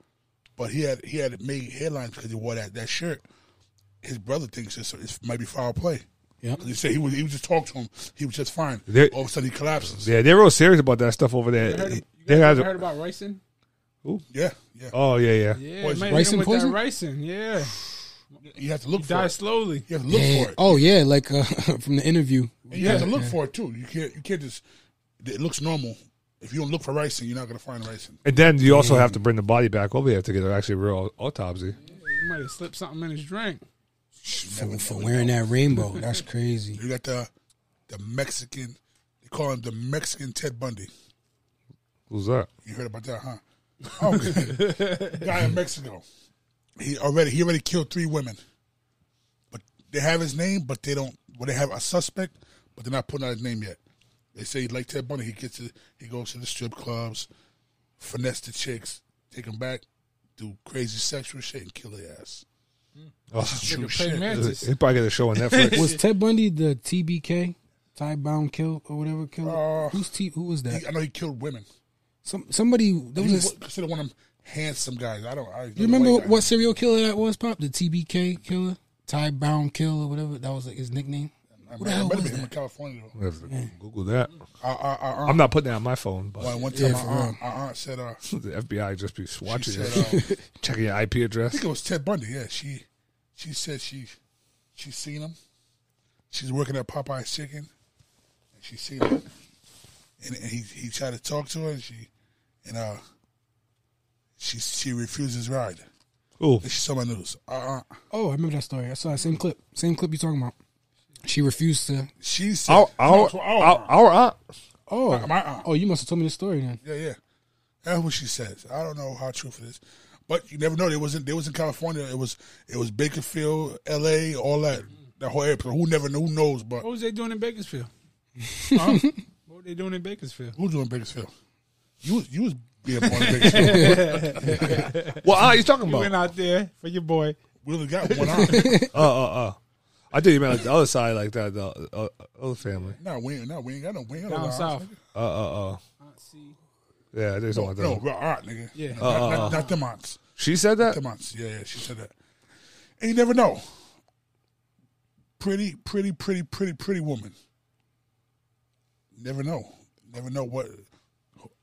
Speaker 2: but he had he had made headlines because he wore that, that shirt. His brother thinks it's, it's might be foul play.
Speaker 6: Yep.
Speaker 2: He said he was he was just talked to him. He was just fine.
Speaker 5: They-
Speaker 2: All of a sudden he collapses.
Speaker 5: Yeah, they're real serious about that stuff over
Speaker 3: You
Speaker 5: there.
Speaker 3: heard, you
Speaker 5: They
Speaker 3: guys
Speaker 5: had-
Speaker 3: ever heard about ricin?
Speaker 2: Yeah, yeah.
Speaker 5: oh yeah, yeah.
Speaker 3: Yeah,
Speaker 2: Poison.
Speaker 3: man,
Speaker 6: Ricin
Speaker 3: with
Speaker 6: poison?
Speaker 3: That ricin, yeah,
Speaker 2: You have to look for
Speaker 3: die
Speaker 2: it.
Speaker 3: slowly.
Speaker 2: You have to look
Speaker 6: Yeah.
Speaker 2: for it.
Speaker 6: Oh yeah, like uh, from the interview.
Speaker 2: And you have to look for it too. You can't. You can't just. It looks normal. If you don't look for ricin, you're not gonna find ricin.
Speaker 5: And then you also have to bring the body back over here to get an actually real autopsy.
Speaker 3: You might have slipped something in his drink.
Speaker 6: For, for wearing that rainbow, that's crazy.
Speaker 2: You got the the Mexican. They call him the Mexican Ted Bundy.
Speaker 5: Who's that?
Speaker 2: You heard about that, huh? Oh, Okay. Guy in Mexico. He already he already killed three women. But they have his name, but they don't well they have a suspect, but they're not putting out his name yet. They say like Ted Bundy, he gets to, he goes to the strip clubs, finesse the chicks, take them back, do crazy sexual shit and kill their ass.
Speaker 5: Oh,
Speaker 2: True
Speaker 3: Pray
Speaker 2: shit.
Speaker 3: mantis.
Speaker 5: he probably got a show on Netflix.
Speaker 6: Was Ted Bundy the TBK, tie bound kill or whatever kill?
Speaker 2: Uh,
Speaker 6: Who's T? Who was that?
Speaker 2: He- I know he killed women.
Speaker 6: Some somebody. There
Speaker 2: He
Speaker 6: was a
Speaker 2: was
Speaker 6: s-
Speaker 2: considered one of them handsome guys. I don't. I
Speaker 6: You remember
Speaker 2: white guy.
Speaker 6: what serial killer that was, Pop? The TBK killer, Ty Bound Killer, or whatever. That was like his nickname.
Speaker 2: I
Speaker 6: Who the hell
Speaker 2: better be
Speaker 6: was
Speaker 2: him in
Speaker 6: that?
Speaker 2: California though.
Speaker 5: I have to Google that.
Speaker 2: I, I, I,
Speaker 5: I'm not putting that on my phone, but
Speaker 2: One, one time,
Speaker 6: Yeah, for
Speaker 2: my, aunt, my aunt said, uh, "I
Speaker 5: the FBI just be watching
Speaker 2: said,
Speaker 5: it, checking your IP address.
Speaker 2: think it was Ted Bundy." Yeah, she, she said she, she seen him. She's working at Popeye's Chicken, and she seen him, and, and he he tried to talk to her, and she, and uh, she she refused his ride.
Speaker 5: Who?
Speaker 2: She saw my noodles. Uh, uh,
Speaker 6: Oh, I remember that story. I saw that same clip. Same clip you talking about. She refused to.
Speaker 2: she said,
Speaker 5: Our
Speaker 2: No,
Speaker 5: our
Speaker 2: to
Speaker 5: our, our aunt.
Speaker 6: Oh,
Speaker 2: my aunt.
Speaker 6: oh, you must have told me the story then.
Speaker 2: Yeah, yeah. That's what she says. I don't know how truthful it is, but you never know. They wasn't. They was in California. It was. It was Bakerfield, L.A., all that. That whole area. Who never. Who knows? But
Speaker 3: What was they doing in Bakersfield? Huh? what were they doing in Bakersfield?
Speaker 2: who's doing Bakersfield? You. was- You was being born in Bakersfield.
Speaker 5: What aunt you talking
Speaker 3: You
Speaker 6: Oh.
Speaker 3: went
Speaker 5: about?
Speaker 3: out there for your boy.
Speaker 2: we only got one eye.
Speaker 5: Uh uh uh. I think you meant like the other side, like that, the uh, uh, other family.
Speaker 2: Nah, we ain't. Nah, we ain't got no. We
Speaker 6: Oh,
Speaker 2: ain't got no
Speaker 3: Down
Speaker 2: eyes.
Speaker 3: south.
Speaker 5: Uh uh uh.
Speaker 3: Aunt C.
Speaker 5: Yeah, I think something like that.
Speaker 2: No, real aunt, nigga.
Speaker 3: Yeah.
Speaker 2: Not, not, not them aunts.
Speaker 5: She said that.
Speaker 2: Them aunts. Yeah, yeah. She said that. And you never know. Pretty, pretty, pretty, pretty, pretty woman. Never know. Never know what,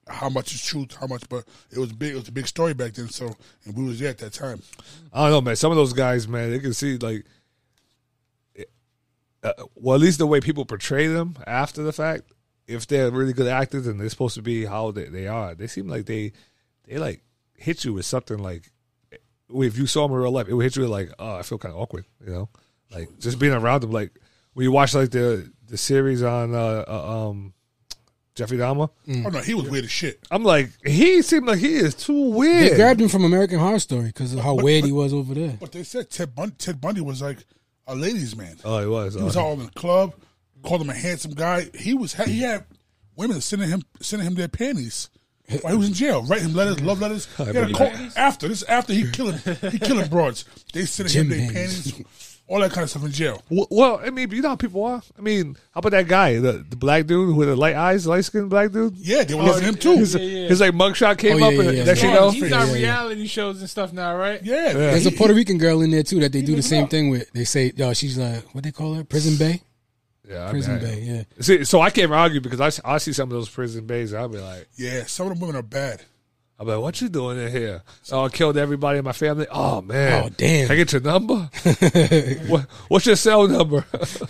Speaker 2: how much is truth, how much. But it was big. It was a big story back then. So, and we was there at that time.
Speaker 5: I don't know, man. Some of those guys, man, they can see like, uh, well, at least the way people portray them after the fact. If they're really good actors and they're supposed to be how they, they are, they seem like they they like hit you with something like eh, if you saw them in real life, it would hit you with like, oh, I feel kind of awkward, you know, like just being around them. Like when you watch like the the series on uh, uh, um Jeffrey Dahmer,
Speaker 2: Oh no, he was weird as shit.
Speaker 5: I'm like, he seemed like he is too weird.
Speaker 6: They grabbed him from American Horror Story because of how weird he was over there.
Speaker 2: But they said Ted Bundy, Ted Bundy was like a ladies' man.
Speaker 5: oh, it was.
Speaker 2: He was
Speaker 5: uh,
Speaker 2: all in the club. Called him a handsome guy. He was he had women sending him sending him their panties. While he was in jail, writing him letters, love letters. He had a
Speaker 5: remember
Speaker 2: call- after this, after he killing he killing broads. They sending him
Speaker 6: Jim
Speaker 2: their
Speaker 6: Hayes.
Speaker 2: panties, all that kind of stuff in jail.
Speaker 5: Well- Well, I mean, you know how people are. I mean, how about that guy, the, the black dude with the light eyes, light skinned black dude?
Speaker 2: Yeah, they were loving him too.
Speaker 5: His, his like mugshot came
Speaker 6: Oh, yeah,
Speaker 5: up,
Speaker 6: yeah,
Speaker 5: and
Speaker 6: yeah.
Speaker 5: next
Speaker 6: Yeah,
Speaker 5: you know,
Speaker 3: he's on reality shows and stuff now, right?
Speaker 2: Yeah,
Speaker 6: There's a
Speaker 2: he-
Speaker 6: Puerto Rican girl in there too that they do the
Speaker 2: looked
Speaker 6: same
Speaker 2: up.
Speaker 6: thing with. They say, "Yo, she's like what they call her, prison bay,
Speaker 5: yeah, I
Speaker 6: prison
Speaker 5: mean, I-
Speaker 6: bay." Yeah,
Speaker 5: See, so I can't argue because I, s- I see some of those prison bays. and I'll be like,
Speaker 2: yeah. Some of the women are bad.
Speaker 5: I'm like, what you doing in here? Oh, I killed everybody in my family. Oh man,
Speaker 6: Oh, damn.
Speaker 5: Can I get your number? what, what's your cell number?
Speaker 6: Oh,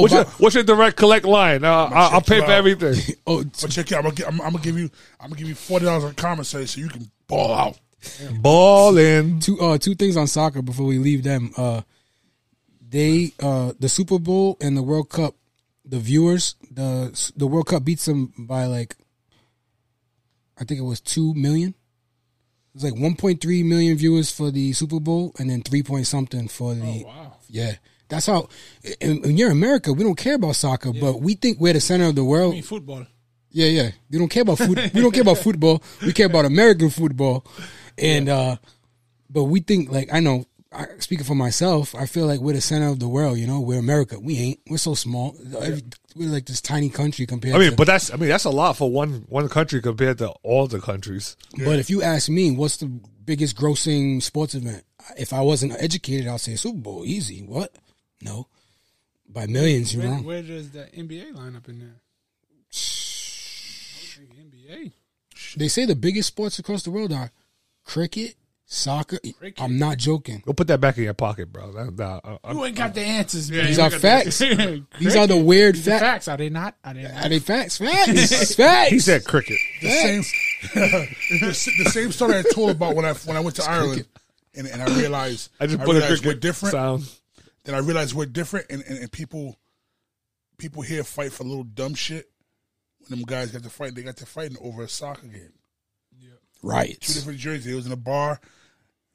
Speaker 5: what's, your,
Speaker 6: by-
Speaker 5: what's your direct collect line? Uh, I, I'll
Speaker 2: check
Speaker 5: pay
Speaker 2: you
Speaker 5: for
Speaker 2: out.
Speaker 5: everything.
Speaker 6: oh,
Speaker 2: But check it out. I'm gonna, gi- I'm, I'm gonna give you. I'm gonna give you forty dollars on commissary so you can ball out.
Speaker 5: Ball in.
Speaker 6: two uh two things on soccer before we leave them. Uh they uh the Super Bowl and the World Cup, the viewers, the the World Cup beats them by like I think it was 2 million. It was like 1.3 million viewers for the Super Bowl and then 3 point something for the Yeah. That's how in, in your America, we don't care about soccer, but we think we're the center of the world.
Speaker 3: I mean, football.
Speaker 6: Yeah, yeah. We don't care about food. we don't care about football. We care about American football, and uh but we think like I know. I, speaking for myself, I feel like we're the center of the world. You know, we're America. We ain't. We're so small. Every- We're like this tiny country compared.
Speaker 5: I mean,
Speaker 6: to,
Speaker 5: but that's I mean that's a lot for one one country compared to all the countries.
Speaker 6: but if you ask me, what's the biggest grossing sports event? If I wasn't educated, I'll say Super Bowl. Easy. What? No, by millions. You're
Speaker 3: Where,
Speaker 6: wrong.
Speaker 3: where does the NBA line up in there? I would think NBA.
Speaker 6: They say the biggest sports across the world are cricket, soccer. I'm not joking.
Speaker 5: Go put that back in your pocket, bro. That, that, uh, I, I,
Speaker 3: You ain't got the answers, man.
Speaker 6: These are facts. These are the weird
Speaker 3: These are
Speaker 6: facts.
Speaker 3: facts. Are they not? Are they not?
Speaker 6: Are they facts? Facts. facts.
Speaker 5: he said cricket.
Speaker 2: the same the, s- the same story I told about when I when I went to Ireland and, and I realized
Speaker 5: I just put a
Speaker 2: realized
Speaker 5: cricket
Speaker 2: we're different.
Speaker 5: sound.
Speaker 2: Then I realized we're different and, and, and people people here fight for little dumb shit. When them guys got to fight, they got to fighting over a soccer game. Two
Speaker 6: riots.
Speaker 2: different jerseys. It was in a bar.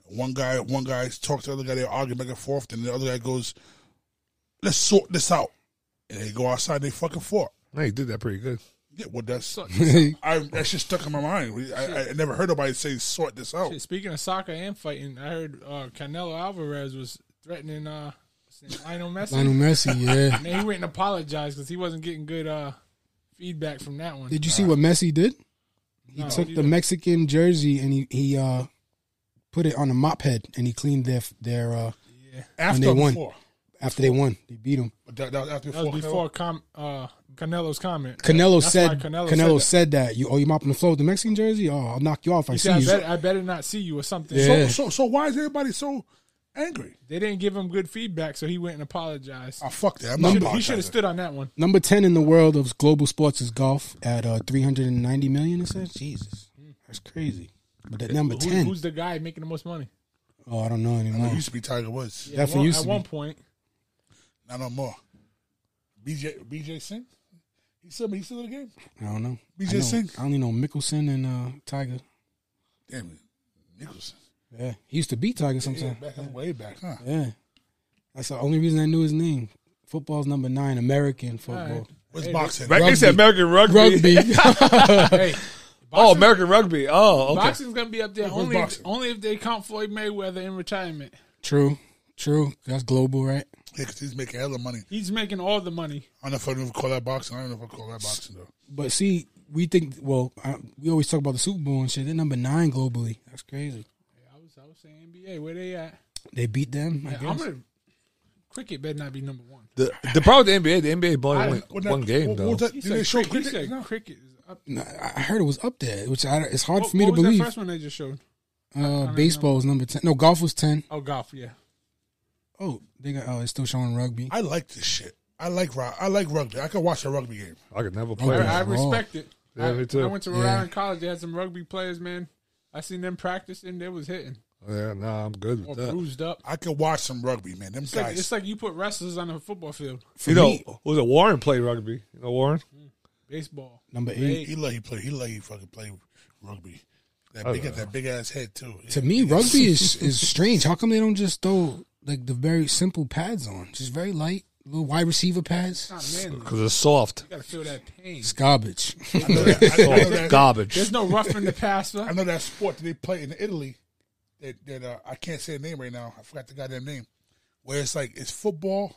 Speaker 2: One guy one guy talks to the other guy, they argue back and forth, and the other guy goes, Let's sort this out. And they go outside and they fucking fought.
Speaker 5: No, he did that pretty good.
Speaker 2: Yeah, well that's
Speaker 6: yeah,
Speaker 2: I that shit stuck in my mind. I, I never heard nobody say sort this out.
Speaker 3: Shit, Speaking of soccer and fighting, I heard uh, Canelo Alvarez was threatening uh, what's his name, Lionel Messi.
Speaker 6: Lionel Messi. Yeah.
Speaker 3: And then he went and apologized because he wasn't getting good uh, feedback from that one.
Speaker 6: Did you see what Messi did? He
Speaker 3: No,
Speaker 6: took
Speaker 3: you
Speaker 6: the
Speaker 3: don't.
Speaker 6: Mexican jersey and he he uh, put it on a mop head and he cleaned their their uh,
Speaker 2: After
Speaker 6: they
Speaker 2: or
Speaker 6: won.
Speaker 2: before.
Speaker 6: after they won. They beat him.
Speaker 2: But that, that was after
Speaker 3: That was
Speaker 2: before.
Speaker 3: before com- uh, Canelo's comment.
Speaker 6: Canelo
Speaker 3: That's
Speaker 6: said
Speaker 3: why
Speaker 6: Canelo,
Speaker 3: said that.
Speaker 6: said that. You oh you mopping the floor with the Mexican jersey? Oh I'll knock you off. I
Speaker 3: He
Speaker 6: see
Speaker 3: said, I
Speaker 6: you.
Speaker 3: better, I better not see you or something.
Speaker 6: Yeah.
Speaker 3: So
Speaker 2: So, so, so why is everybody so angry?
Speaker 3: they didn't give him good feedback, so he went and apologized.
Speaker 2: Oh, fuck that. I'm
Speaker 3: He
Speaker 2: not
Speaker 3: should- he should have
Speaker 2: apologizing.
Speaker 3: stood on that one.
Speaker 6: Number ten in the world of global sports is golf at uh, three hundred and ninety million. It says Jesus, that's crazy. But that number
Speaker 3: Who,
Speaker 6: ten.
Speaker 3: Who's the guy making the most money?
Speaker 6: Oh, I don't know
Speaker 2: I mean,
Speaker 6: anymore.
Speaker 2: it used to be Tiger Woods.
Speaker 6: Definitely
Speaker 3: Well,
Speaker 6: used
Speaker 3: at
Speaker 6: to
Speaker 3: one
Speaker 6: be.
Speaker 3: point.
Speaker 2: Not no more. BJ BJ Singh? He still he's still in the game?
Speaker 6: I don't know.
Speaker 2: We
Speaker 6: I
Speaker 2: just
Speaker 6: know,
Speaker 2: sing.
Speaker 6: I only know Mickelson and uh, Tiger.
Speaker 2: Damn it. Nicholson.
Speaker 6: Yeah, he used to beat Tiger
Speaker 2: Yeah,
Speaker 6: sometimes.
Speaker 2: back in the way back, huh?
Speaker 6: Yeah, that's the only reason I knew his name. Football's number nine, American football.
Speaker 2: What's boxing?
Speaker 5: Right, they said American rugby.
Speaker 6: Rugby.
Speaker 3: Hey,
Speaker 5: Oh, American rugby. Oh, okay.
Speaker 3: boxing's gonna be up there only if,
Speaker 2: boxing?
Speaker 3: only if they count Floyd Mayweather in retirement.
Speaker 6: true, true. That's global, right?
Speaker 2: Yeah, 'cause he's making hella money.
Speaker 3: He's making all the money.
Speaker 2: I don't know if I don't call that boxing. I don't know if I call that boxing though.
Speaker 6: But see, we think. Well, I, we always talk about the Super Bowl and shit. They're number nine globally. That's crazy.
Speaker 3: I was I was saying NBA. Where they at?
Speaker 6: They beat them. I
Speaker 3: Yeah, I'm
Speaker 6: guess.
Speaker 3: gonna, cricket better not be number one.
Speaker 5: The, the problem with the NBA, the NBA
Speaker 2: I
Speaker 5: only
Speaker 2: don't-
Speaker 5: won
Speaker 2: what
Speaker 5: one
Speaker 2: that-
Speaker 5: game
Speaker 2: what-
Speaker 5: though.
Speaker 2: what was that?
Speaker 3: He
Speaker 2: Did they
Speaker 3: said,
Speaker 2: show
Speaker 3: cri- he said
Speaker 2: cricket? No.
Speaker 3: cricket is up.
Speaker 6: No, I I heard it was up there, which I, it's hard
Speaker 3: What,
Speaker 6: for me
Speaker 3: what
Speaker 6: to
Speaker 3: was
Speaker 6: believe.
Speaker 3: that first one they just showed?
Speaker 6: Uh, baseball was number ten. No, golf was ten.
Speaker 3: Oh, golf. Yeah.
Speaker 6: Oh, they got. Oh, it's still showing rugby.
Speaker 2: I like this shit. I like ro- I like rugby. I can watch a rugby game.
Speaker 5: I could never play.
Speaker 3: I, I
Speaker 5: that.
Speaker 6: Raw.
Speaker 3: respect it.
Speaker 5: Yeah,
Speaker 3: I,
Speaker 5: me
Speaker 3: when
Speaker 5: too.
Speaker 3: I went to Rhode
Speaker 6: Yeah.
Speaker 3: Island College. They had some rugby players, man. I seen them practicing. They was hitting
Speaker 5: Yeah, nah, I'm good
Speaker 3: or
Speaker 2: Oh,
Speaker 5: with that.
Speaker 3: bruised up.
Speaker 2: I can watch some rugby, man. Them
Speaker 3: It's like,
Speaker 2: guys.
Speaker 3: it's like you put wrestlers on a football field.
Speaker 6: For
Speaker 5: You know,
Speaker 6: me,
Speaker 5: was it Warren played rugby? You know Warren?
Speaker 3: Baseball.
Speaker 6: number eight.
Speaker 2: he let he play. He let he fucking play rugby. That big that big ass head too.
Speaker 6: Oh, To me, rugby is is strange. How come they don't just throw like the very simple pads on, just very light little wide receiver pads?
Speaker 3: Not
Speaker 2: Hmm.
Speaker 3: manly. You
Speaker 5: Because it's soft.
Speaker 3: gotta feel that pain.
Speaker 6: It's garbage.
Speaker 2: I know that, I, know
Speaker 5: Soft.
Speaker 2: Oh, that,
Speaker 5: Garbage.
Speaker 3: There's no roughing the passer.
Speaker 2: I know that sport that they play in Italy. That that uh, I can't say the name right now. I forgot the goddamn name. Where it's like it's football,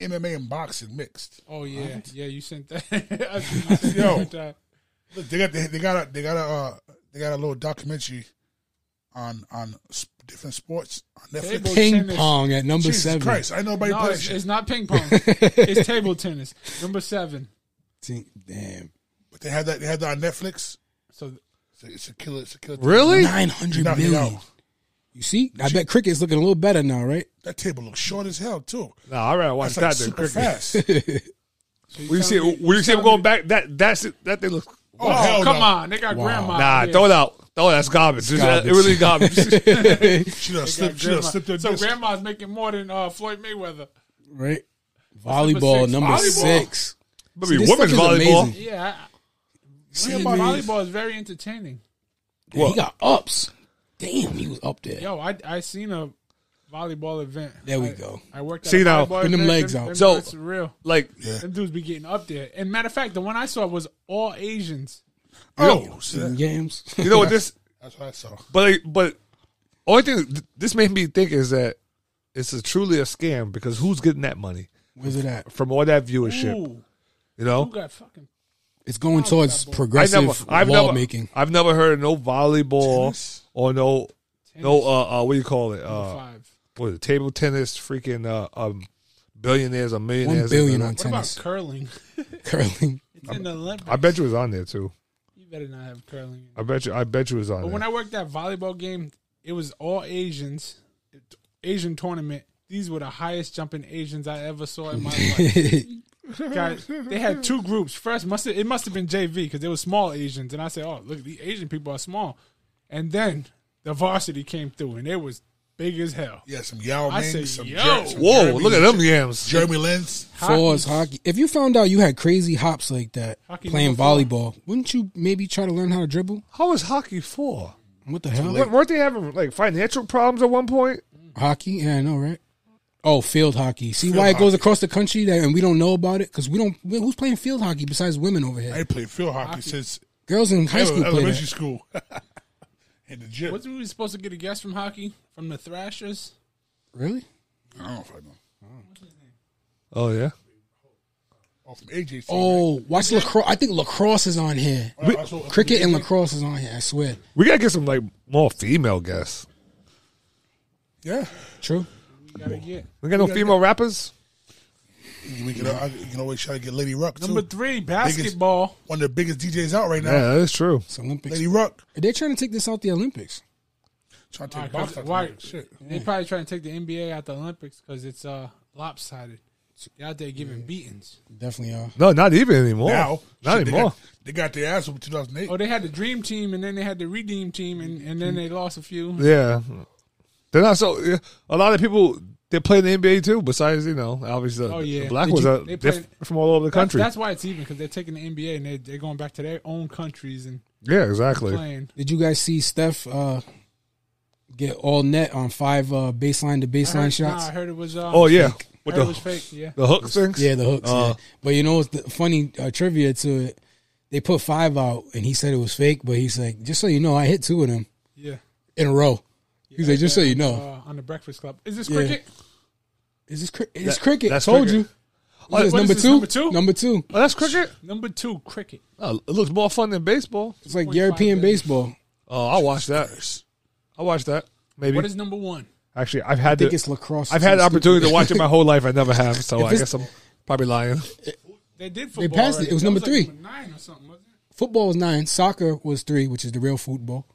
Speaker 2: MMA, and boxing mixed.
Speaker 3: Oh yeah, yeah. You sent that. I seen you sent
Speaker 2: Yo.
Speaker 3: that.
Speaker 2: Look, they got they, they got a they got a uh, they got a little documentary on on s- different sports on Netflix.
Speaker 3: Table
Speaker 6: Ping
Speaker 3: tennis.
Speaker 6: pong at number
Speaker 2: Jesus
Speaker 6: seven.
Speaker 2: Christ, I know nobody
Speaker 3: No,
Speaker 2: plays
Speaker 3: it's,
Speaker 2: shit.
Speaker 3: it's not ping pong. it's table tennis. Number seven.
Speaker 6: Think- Damn,
Speaker 2: but they had that they had that on Netflix.
Speaker 3: So
Speaker 2: It's a, it's a killer. It's a killer.
Speaker 5: Really?
Speaker 6: nine hundred
Speaker 2: No, no.
Speaker 6: million. You see, I bet cricket's looking a little better now, right?
Speaker 2: That table looks short as hell too.
Speaker 5: No, I'd rather
Speaker 2: It's
Speaker 5: watch
Speaker 2: like
Speaker 5: that than
Speaker 2: super
Speaker 5: cricket.
Speaker 2: fast.
Speaker 5: When you see, when you see him going back, that that's it, that thing looks.
Speaker 2: Oh,
Speaker 3: Oh,
Speaker 2: hell
Speaker 3: come
Speaker 2: no.
Speaker 3: on, they got grandma.
Speaker 5: Nah,
Speaker 3: yeah.
Speaker 5: throw it out. Oh, that's garbage. It's-
Speaker 6: Garbage.
Speaker 5: It really garbage.
Speaker 2: She done
Speaker 3: They
Speaker 2: slipped.
Speaker 3: got
Speaker 2: She done
Speaker 3: grandma.
Speaker 2: slipped her
Speaker 3: So
Speaker 2: disc.
Speaker 3: grandma's making more than uh, Floyd Mayweather.
Speaker 6: Right. Volleyball
Speaker 3: six?
Speaker 6: number
Speaker 3: Volleyball?
Speaker 6: six.
Speaker 5: Maybe
Speaker 6: this
Speaker 5: women's
Speaker 6: stuff is
Speaker 5: volleyball.
Speaker 6: amazing.
Speaker 3: Yeah, I,
Speaker 6: See,
Speaker 3: grandma
Speaker 6: man,
Speaker 3: volleyball is very entertaining.
Speaker 6: he got ups. Damn, he was up there.
Speaker 3: Yo, I I seen a volleyball event.
Speaker 6: There we
Speaker 3: I-
Speaker 6: go.
Speaker 3: I worked. At
Speaker 5: See
Speaker 3: a
Speaker 5: now,
Speaker 3: volleyball
Speaker 6: put them
Speaker 3: event.
Speaker 6: legs out.
Speaker 3: Them
Speaker 5: So-
Speaker 3: joints are real.
Speaker 5: Like,
Speaker 3: Them dudes be getting up there. And matter of fact, the one I saw was all Asians.
Speaker 2: Oh, see that?
Speaker 6: Them Games.
Speaker 5: you know what this?
Speaker 2: that's what I saw.
Speaker 5: But but only thing th- this made me think is that it's a truly a scam because who's getting that money
Speaker 6: Where's it at?
Speaker 5: from all that viewership?
Speaker 3: Ooh,
Speaker 5: You
Speaker 3: who
Speaker 5: know,
Speaker 3: got fucking
Speaker 6: It's going towards
Speaker 5: I never,
Speaker 6: progressive
Speaker 5: I've never,
Speaker 6: lawmaking.
Speaker 5: I've never heard of no volleyball or no no uh, uh what do you call it uh
Speaker 3: five?
Speaker 5: what is it, table tennis freaking uh um billionaires or
Speaker 6: One
Speaker 5: millionaires
Speaker 6: billion on
Speaker 3: What about
Speaker 6: tennis.
Speaker 3: curling?
Speaker 6: curling.
Speaker 3: It's in the Olympics.
Speaker 5: I bet you it's on there too.
Speaker 3: you better not have curling. in
Speaker 5: I bet you I bet you it's on
Speaker 3: But
Speaker 5: there.
Speaker 3: when I worked that volleyball game, it was all Asians, Asian tournament. These were the highest jumping Asians I ever saw in my life. Guys, they had two groups. First, must it must have been JV because they were small Asians, and I said, "Oh, look, the Asian people are small." And then the varsity came through, and it was big as hell.
Speaker 2: Yeah, some Yao
Speaker 3: I
Speaker 2: Ming,
Speaker 3: say,
Speaker 2: some,
Speaker 3: yo.
Speaker 2: Jer- some
Speaker 5: Whoa,
Speaker 2: Jeremy-
Speaker 5: look at them yams.
Speaker 2: Jeremy Lin's.
Speaker 6: Fours, hockey. If you found out you had crazy hops like that
Speaker 3: Hockey
Speaker 6: playing
Speaker 3: number four.
Speaker 6: volleyball, wouldn't you maybe try to learn how to dribble?
Speaker 5: How is hockey for?
Speaker 6: What the hell?
Speaker 5: W- weren't they having like financial problems at one point?
Speaker 6: Hockey? Yeah, I know, right? Oh, field hockey. See why it goes across the country that, and we don't know about it because we don't. wh- Who's playing field hockey besides women over
Speaker 2: I
Speaker 6: here?
Speaker 2: ain't played field hockey, since
Speaker 6: Girls in high school play
Speaker 2: elementary
Speaker 6: that.
Speaker 2: school. in the gym.
Speaker 3: Wasn't we supposed to get a guess from hockey from the Thrashers?
Speaker 6: Really?
Speaker 2: I don't know if I know.
Speaker 5: Oh yeah.
Speaker 2: Oh, from AJC.
Speaker 6: Oh, watch lacrosse. I think lacrosse is on here.
Speaker 2: Right? I saw-
Speaker 6: Cricket and lacrosse is on here. I swear.
Speaker 5: We gotta get some like more female guests.
Speaker 2: Yeah.
Speaker 6: True.
Speaker 3: We gotta get
Speaker 5: We got no female rappers.
Speaker 2: We can, uh, you can always try to get Lady Ruck, too.
Speaker 3: number three basketball.
Speaker 2: One of the biggest DJs out right now.
Speaker 5: Yeah, that's true.
Speaker 6: It's Olympics.
Speaker 2: Lady Ruck.
Speaker 6: Are they trying to take this out the Olympics?
Speaker 2: Trying to
Speaker 3: Why?
Speaker 2: take box
Speaker 3: 'Cause-
Speaker 2: out
Speaker 3: why-
Speaker 2: tonight. Shit.
Speaker 3: They probably trying to take the NBA out the Olympics because it's uh, lopsided. They out there giving beatings.
Speaker 6: Definitely are.
Speaker 5: No, not even anymore.
Speaker 2: Now.
Speaker 5: Oh, not
Speaker 2: shit, they
Speaker 5: anymore.
Speaker 2: got- They got, their ass over 2008.
Speaker 3: Oh, they had the dream team and then they had the redeem team and, and then they lost a few.
Speaker 5: yeah, They're not so. yeah, A lot of people they play in the NBA too. Besides, you know, obviously the,
Speaker 3: Oh,
Speaker 5: the
Speaker 3: yeah.
Speaker 5: black
Speaker 3: Did
Speaker 5: ones
Speaker 3: you-
Speaker 5: are
Speaker 3: they
Speaker 5: diff-
Speaker 3: play-
Speaker 5: from all over the
Speaker 3: That's,
Speaker 5: country.
Speaker 3: that's why it's even because they're taking the NBA and they they're going back to their own countries and
Speaker 5: yeah, exactly.
Speaker 3: playing.
Speaker 6: Did you guys see Steph uh, get all net on five uh, baseline to
Speaker 3: I
Speaker 6: baseline
Speaker 3: heard,
Speaker 6: shots?
Speaker 3: Nah, I heard it was. Um,
Speaker 5: Oh yeah,
Speaker 3: I
Speaker 5: with
Speaker 3: heard it was
Speaker 5: the
Speaker 3: fake. Yeah.
Speaker 5: the hook things.
Speaker 6: Yeah, the hooks.
Speaker 5: Uh,
Speaker 6: yeah. But you know what's the funny uh, trivia to it? They put five out, and he said it was fake. But he's like, just so you know, I hit two of them
Speaker 3: Yeah.
Speaker 6: in a row. He's like, just so you know,
Speaker 3: Uh, on the Breakfast Club. Is this
Speaker 6: Yeah.
Speaker 3: cricket?
Speaker 6: is this cri- it's
Speaker 5: That-
Speaker 6: cricket?
Speaker 5: that's
Speaker 6: Told
Speaker 5: cricket.
Speaker 6: you.
Speaker 5: Oh,
Speaker 6: Is this
Speaker 5: what
Speaker 6: number,
Speaker 3: is this,
Speaker 6: two?
Speaker 3: number two?
Speaker 6: Number two.
Speaker 5: Oh, that's cricket.
Speaker 3: Number two, cricket.
Speaker 5: Oh, it looks more fun than baseball.
Speaker 6: It's like
Speaker 3: 2.5 billion.
Speaker 6: European baseball.
Speaker 5: Oh, I'll watch that. I'll watch that. Maybe.
Speaker 3: What is number one?
Speaker 5: Actually, I've had
Speaker 6: I think
Speaker 5: the,
Speaker 6: it's lacrosse. or
Speaker 5: I've had the
Speaker 6: something
Speaker 5: opportunity to
Speaker 6: stupid.
Speaker 5: watch it my whole life. I never have, so
Speaker 6: If
Speaker 5: I
Speaker 6: it's-
Speaker 5: guess I'm probably lying.
Speaker 3: They did football.
Speaker 6: passed
Speaker 3: already.
Speaker 6: it. It was
Speaker 3: That
Speaker 6: number three.
Speaker 3: like number nine or something, wasn't it?
Speaker 6: Football was nine. Soccer was three, which is the real football.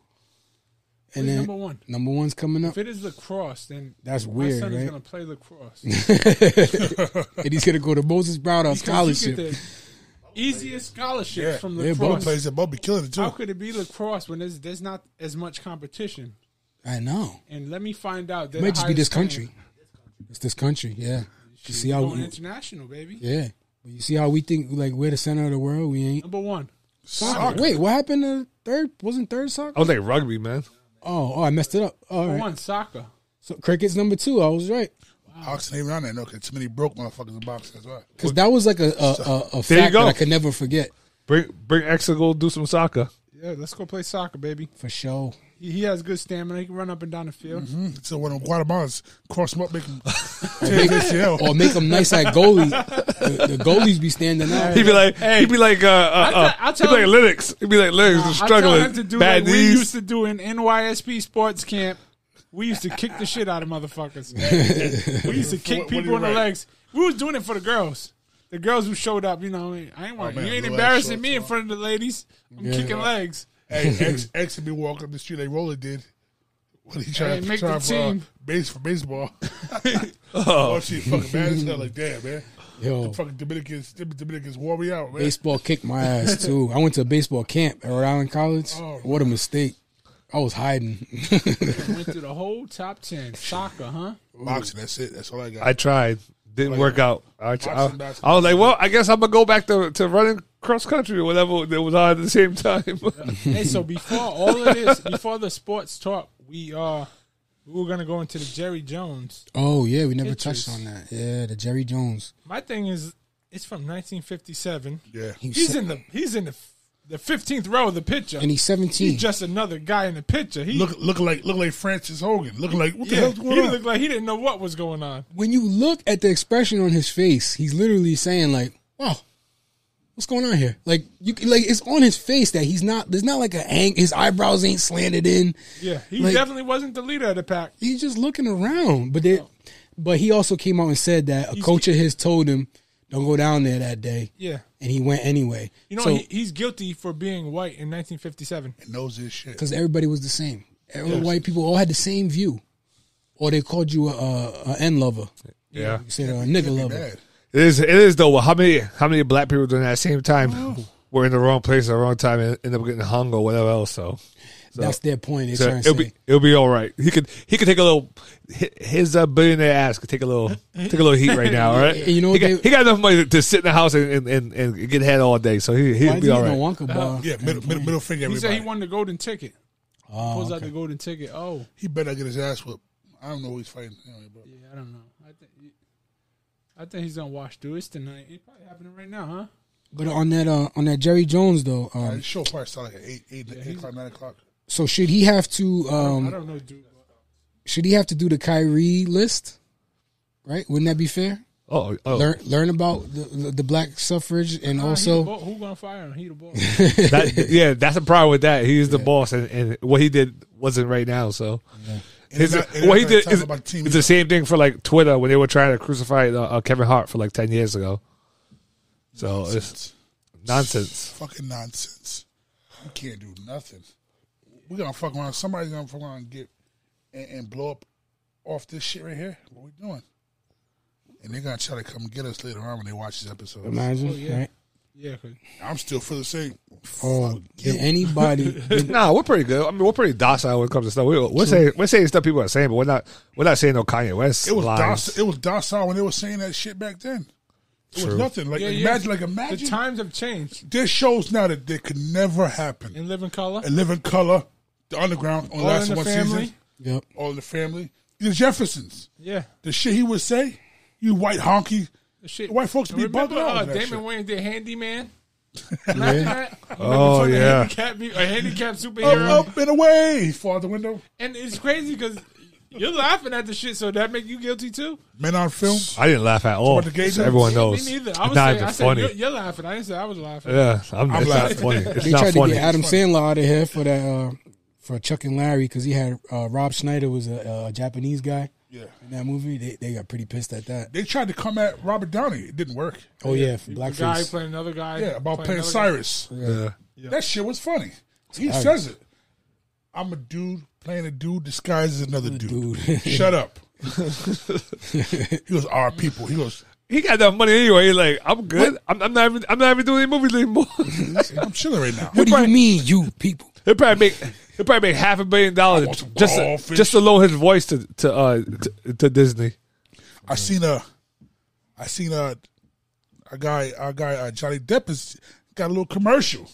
Speaker 6: And
Speaker 3: Who's
Speaker 6: then
Speaker 3: number one.
Speaker 6: number one's coming up,
Speaker 3: If it is lacrosse, then
Speaker 6: That's
Speaker 3: My
Speaker 6: weird,
Speaker 3: son
Speaker 6: right?
Speaker 3: is gonna play lacrosse.
Speaker 6: and he's gonna go to Moses Brown on
Speaker 3: Because you
Speaker 6: scholarship.
Speaker 3: get the Easiest scholarship from
Speaker 6: Yeah,
Speaker 3: lacrosse.
Speaker 6: Bubba
Speaker 2: Plays at Bubby Killer too.
Speaker 3: How could it be lacrosse when there's, there's not as much competition?
Speaker 6: I know.
Speaker 3: And let me find out.
Speaker 6: It might just be this country. It's this country. Yeah. You see how?
Speaker 3: Going international, baby.
Speaker 6: Yeah. But you see how we think like we're the center of the world. We ain't.
Speaker 3: Number one.
Speaker 2: Soccer.
Speaker 6: Wait, what happened to third? Wasn't third soccer?
Speaker 5: I was like rugby, man.
Speaker 6: Oh, oh, I messed it up. All
Speaker 3: Number
Speaker 6: right.
Speaker 3: one, soccer.
Speaker 6: So cricket's number two. I was right
Speaker 2: Hawks ain't around that no, because too many broke motherfuckers in boxing. That's why.
Speaker 6: because that was like a a, a, a
Speaker 5: There you
Speaker 6: fact
Speaker 5: go.
Speaker 6: that I could never forget
Speaker 5: Bring bring X to go do some soccer.
Speaker 3: Yeah, let's go play soccer, baby.
Speaker 6: for sure.
Speaker 3: He, he has good stamina. He can run up and down the field.
Speaker 2: So when the Guatemalans cross them up, make them tear his ACL.
Speaker 6: Or make them nice like goalie. The, the goalies be standing out.
Speaker 5: He'd be like, he'd be like, uh, uh,
Speaker 3: tell-
Speaker 5: uh,
Speaker 3: I'll tell
Speaker 5: he'd be like Linux. He'd be like Linux is
Speaker 3: I tell
Speaker 5: struggling,
Speaker 3: him to do
Speaker 5: bad
Speaker 3: like we used
Speaker 5: knees.
Speaker 3: to do in NYSP sports camp. We used to kick the shit out of motherfuckers. we used to kick
Speaker 2: What- what do
Speaker 3: people
Speaker 2: you
Speaker 3: in the
Speaker 2: write?
Speaker 3: legs. We was doing it for the girls. The girls who showed up, you know, I ain't want
Speaker 2: Oh, man,
Speaker 3: you ain't
Speaker 2: blue-eyed
Speaker 3: embarrassing
Speaker 2: shorts,
Speaker 3: me in
Speaker 2: huh?
Speaker 3: front of the ladies. I'm kicking legs.
Speaker 2: Hey, X, X would be walking up the street like Roller did when he tried
Speaker 3: Hey,
Speaker 2: to
Speaker 3: make
Speaker 2: try
Speaker 3: the
Speaker 2: for, uh,
Speaker 3: team.
Speaker 2: base for baseball. oh, shit, fucking bad as hell. Like, damn, man.
Speaker 6: Yo,
Speaker 2: Fucking Dominicans, them Dominicans wore me out, man.
Speaker 6: Oh. baseball kicked my ass too. I went to a baseball camp at Rhode Island College.
Speaker 2: Oh.
Speaker 6: what a mistake. I was hiding.
Speaker 3: Went through the whole top ten. Soccer, huh?
Speaker 2: Boxing, that's it. That's all I got.
Speaker 5: I tried, didn't work out. I, I,
Speaker 2: Boxing,
Speaker 5: I
Speaker 2: basketball.
Speaker 5: was like, well, I guess I'm gonna go back to, to running cross country or whatever that was on at the same time.
Speaker 3: hey, so before all of this, before the sports talk, we uh we were gonna go into the Jerry Jones.
Speaker 6: Oh yeah, we never
Speaker 3: Pictures.
Speaker 6: touched on that. Yeah, the Jerry Jones.
Speaker 3: My thing is, it's from 1957.
Speaker 2: yeah.
Speaker 6: He was
Speaker 3: He's
Speaker 6: se-
Speaker 3: in the he's in the the 15th row of the picture.
Speaker 6: and he's seventeen.
Speaker 3: He's just another guy in the picture. He
Speaker 2: Look, look like, look like Francis Hogan. Look like, what the
Speaker 3: yeah,
Speaker 2: hell's
Speaker 3: he
Speaker 2: going on?
Speaker 3: looked like he didn't know what was going on.
Speaker 6: when you look at the expression on his face, he's literally saying like, "Wow, what's going on here?" Like you, can- like it's on his face that he's not. There's not like a ang. His eyebrows ain't slanted in.
Speaker 3: Yeah, he
Speaker 6: Like-
Speaker 3: definitely wasn't the leader of the pack.
Speaker 6: He's just looking around. But they, but he also came out and said that a coach of his told him, "Don't go down there that day."
Speaker 3: Yeah,
Speaker 6: And he went anyway.
Speaker 3: you know
Speaker 6: So-
Speaker 3: he, he's guilty for being white in 1957.
Speaker 2: Knows this shit.
Speaker 6: because everybody was the same. All the white people all had the same view, or they called you a, a, a N lover.
Speaker 5: yeah,
Speaker 6: You said a nigga
Speaker 2: Be
Speaker 6: lover.
Speaker 2: bad.
Speaker 5: it is. It is though. How many how many black people during that same time were in the wrong place at the wrong time and end up getting hung or whatever else? So.
Speaker 6: That's their point. They're
Speaker 5: So
Speaker 6: trying to
Speaker 5: it'll
Speaker 6: say.
Speaker 5: be it'll be all right. He could he could take a little hi- his uh, billionaire ass could take a little take a little heat right now. All right,
Speaker 6: And you know
Speaker 5: he
Speaker 6: what
Speaker 5: got, he
Speaker 6: they-
Speaker 5: got enough money to sit in the house and and, and, and get head all day, so he
Speaker 6: Why
Speaker 5: he'll
Speaker 6: is
Speaker 5: be
Speaker 6: he
Speaker 5: all
Speaker 6: in a
Speaker 5: right.
Speaker 6: Wonka
Speaker 3: Uh,
Speaker 6: bar?
Speaker 2: Yeah, middle, middle, middle finger,
Speaker 3: He
Speaker 2: everybody.
Speaker 3: said
Speaker 2: He,
Speaker 3: he won the golden ticket.
Speaker 6: Oh,
Speaker 3: Pulls out
Speaker 6: okay.
Speaker 3: the golden ticket. Oh,
Speaker 2: better get his ass whooped. I don't know who he's fighting. Anyway, bro.
Speaker 3: yeah, I don't know. I think I think he's gonna wash through this tonight. It's probably happening right now, huh?
Speaker 6: But on that uh, on that Jerry Jones though,
Speaker 2: Uh,
Speaker 6: um,
Speaker 2: the show probably started like at 8, 8, 8 o'clock, 9 o'clock.
Speaker 6: so should he have to
Speaker 3: I
Speaker 6: um,
Speaker 3: don't know, dude.
Speaker 6: should he have to do the Kyrie list? Right? Wouldn't that be fair?
Speaker 5: Oh, oh.
Speaker 6: Learn learn about the, the, the black suffrage and
Speaker 3: Nah, he the
Speaker 6: also
Speaker 3: ball- who gonna fire him? He the ball.
Speaker 5: That, yeah, that's the problem with that. He's the boss, and, and what he did wasn't right now. So
Speaker 2: And it's
Speaker 5: his,
Speaker 2: not- and
Speaker 5: what he
Speaker 2: it's not
Speaker 5: did
Speaker 2: talking
Speaker 5: is
Speaker 2: about team
Speaker 5: it's the
Speaker 2: either.
Speaker 5: same thing for like Twitter when they were trying to crucify uh, uh, Kevin Hart for like ten years ago. So it's nonsense.
Speaker 2: fucking nonsense. You can't do nothing. We're gonna fuck around. Somebody's gonna fuck around and get and, and blow up off this shit right here. What we doing? And they're gonna try to come get us later on when they watch this episode.
Speaker 6: imagine,
Speaker 3: Oh, yeah.
Speaker 6: right?
Speaker 3: Yeah, 'cause-
Speaker 2: I'm still feeling safe.
Speaker 6: Oh, did anybody? did-
Speaker 5: Nah, we're pretty good. I mean, we're pretty docile when it comes to stuff. We, we're saying we're saying stuff people are saying, but we're not we're not saying no Kanye West
Speaker 2: It was
Speaker 5: lines.
Speaker 2: docile, it was docile when they were saying that shit back then. It was nothing. Like
Speaker 3: yeah, yeah.
Speaker 2: imagine, like imagine.
Speaker 3: the times have changed.
Speaker 2: There's shows now that they could never happen.
Speaker 3: In Living Color,
Speaker 2: and Living Color, The Underground, on
Speaker 3: All
Speaker 2: last
Speaker 3: in the
Speaker 2: one
Speaker 3: Family.
Speaker 2: season,
Speaker 6: Yep.
Speaker 2: All in the Family, The Jeffersons,
Speaker 3: yeah,
Speaker 2: the shit he would say, you white honky,
Speaker 3: The shit.
Speaker 2: white folks be
Speaker 3: Remember
Speaker 2: bugging out
Speaker 3: uh,
Speaker 2: with that
Speaker 3: Damon
Speaker 2: shit.
Speaker 3: Wayans did Handyman? Imagine that.
Speaker 5: Oh,
Speaker 3: Trying to
Speaker 5: yeah.
Speaker 3: handicap me- a handicapped superhero.
Speaker 2: Up, up and away, far out the window.
Speaker 3: And it's crazy because you're laughing at the shit, so that make you guilty too.
Speaker 2: Men on film.
Speaker 5: I didn't laugh at all.
Speaker 2: About the gay
Speaker 5: So everyone knows.
Speaker 3: Me neither.
Speaker 5: It's
Speaker 3: I was
Speaker 5: not
Speaker 3: saying,
Speaker 5: even
Speaker 3: I said,
Speaker 5: funny.
Speaker 3: You're, you're laughing. I didn't say I was laughing.
Speaker 5: yeah, I'm, it's not
Speaker 2: laughing.
Speaker 5: funny. It's
Speaker 6: They
Speaker 5: not
Speaker 6: tried
Speaker 5: funny.
Speaker 6: to get Adam Sandler out of here for that uh, for Chuck and Larry because he had uh, Rob Schneider was a, a Japanese guy
Speaker 2: Yeah.
Speaker 6: in that movie. They, they got pretty pissed at that.
Speaker 2: They tried to come at Robert Downey. It didn't work.
Speaker 6: Oh yeah, for
Speaker 3: The guy
Speaker 6: blackface.
Speaker 3: playing another guy.
Speaker 2: Yeah, about playing
Speaker 3: another guy.
Speaker 2: Cyrus.
Speaker 5: yeah.
Speaker 2: That shit was funny. He says it. I'm a dude playing a dude disguised as another dude.
Speaker 6: Dude.
Speaker 2: Shut up. he was our people. He was.
Speaker 5: He got that money anyway. He's like, I'm good. I'm, I'm not even. I'm not even doing any movies anymore.
Speaker 2: I'm chilling right now.
Speaker 6: What do you mean, you people?
Speaker 5: he'll probably make. He'll probably make half a billion dollars
Speaker 2: want some
Speaker 5: just to,
Speaker 2: crawfish.
Speaker 5: just to loan his voice to to uh to, to Disney.
Speaker 2: I seen a, I seen a, a guy, a guy, uh, Johnny Depp has got a little commercial,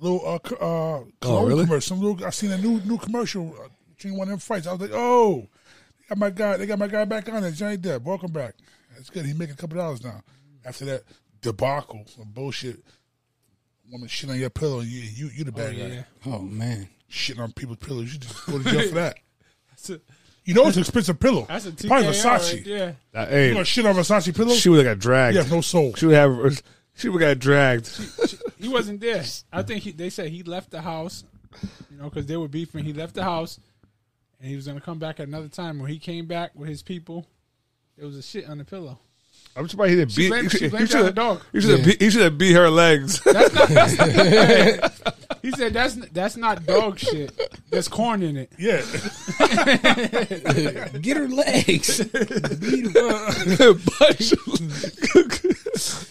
Speaker 2: a little uh, co-
Speaker 3: Oh,
Speaker 2: uh, cologne
Speaker 5: really?
Speaker 2: commercial. Some little, I seen a new new commercial uh, between one of them fights. I was like, oh, they got my guy, they got my guy back on there, Johnny Depp. Welcome back. That's good. He making a couple dollars now after that debacle, some bullshit. Woman shit on your pillow, you you you the bad guy.
Speaker 3: yeah.
Speaker 6: Oh man,
Speaker 2: Shitting on people's pillows, you just go to jail for that.
Speaker 3: That's a,
Speaker 2: You know it's an expensive pillow.
Speaker 3: that's a TKO
Speaker 2: Probably Versace.
Speaker 3: Versace. Right there.
Speaker 5: Uh,
Speaker 2: You gonna
Speaker 5: hey,
Speaker 2: shit on Versace pillow?
Speaker 5: she would have got dragged.
Speaker 2: You have no soul.
Speaker 5: She would have. She would have got dragged.
Speaker 3: He wasn't there. I think he, they said he left the house, you know, because they were beefing. He left the house, and he was gonna come back at another time. When he came back with his people, there was a shit on the pillow.
Speaker 5: I'm surprised he didn't
Speaker 3: She
Speaker 5: beat.
Speaker 3: blamed-
Speaker 5: he
Speaker 3: she
Speaker 5: should- he
Speaker 3: blamed
Speaker 5: should
Speaker 3: it on
Speaker 5: have-
Speaker 3: the dog.
Speaker 5: He should have.
Speaker 6: Yeah.
Speaker 5: Beat, he should have beat her legs.
Speaker 3: That's not. That's not he said that's that's not dog shit. There's corn in it.
Speaker 2: Yeah.
Speaker 6: get her legs. Beat her up.
Speaker 5: Bunch of-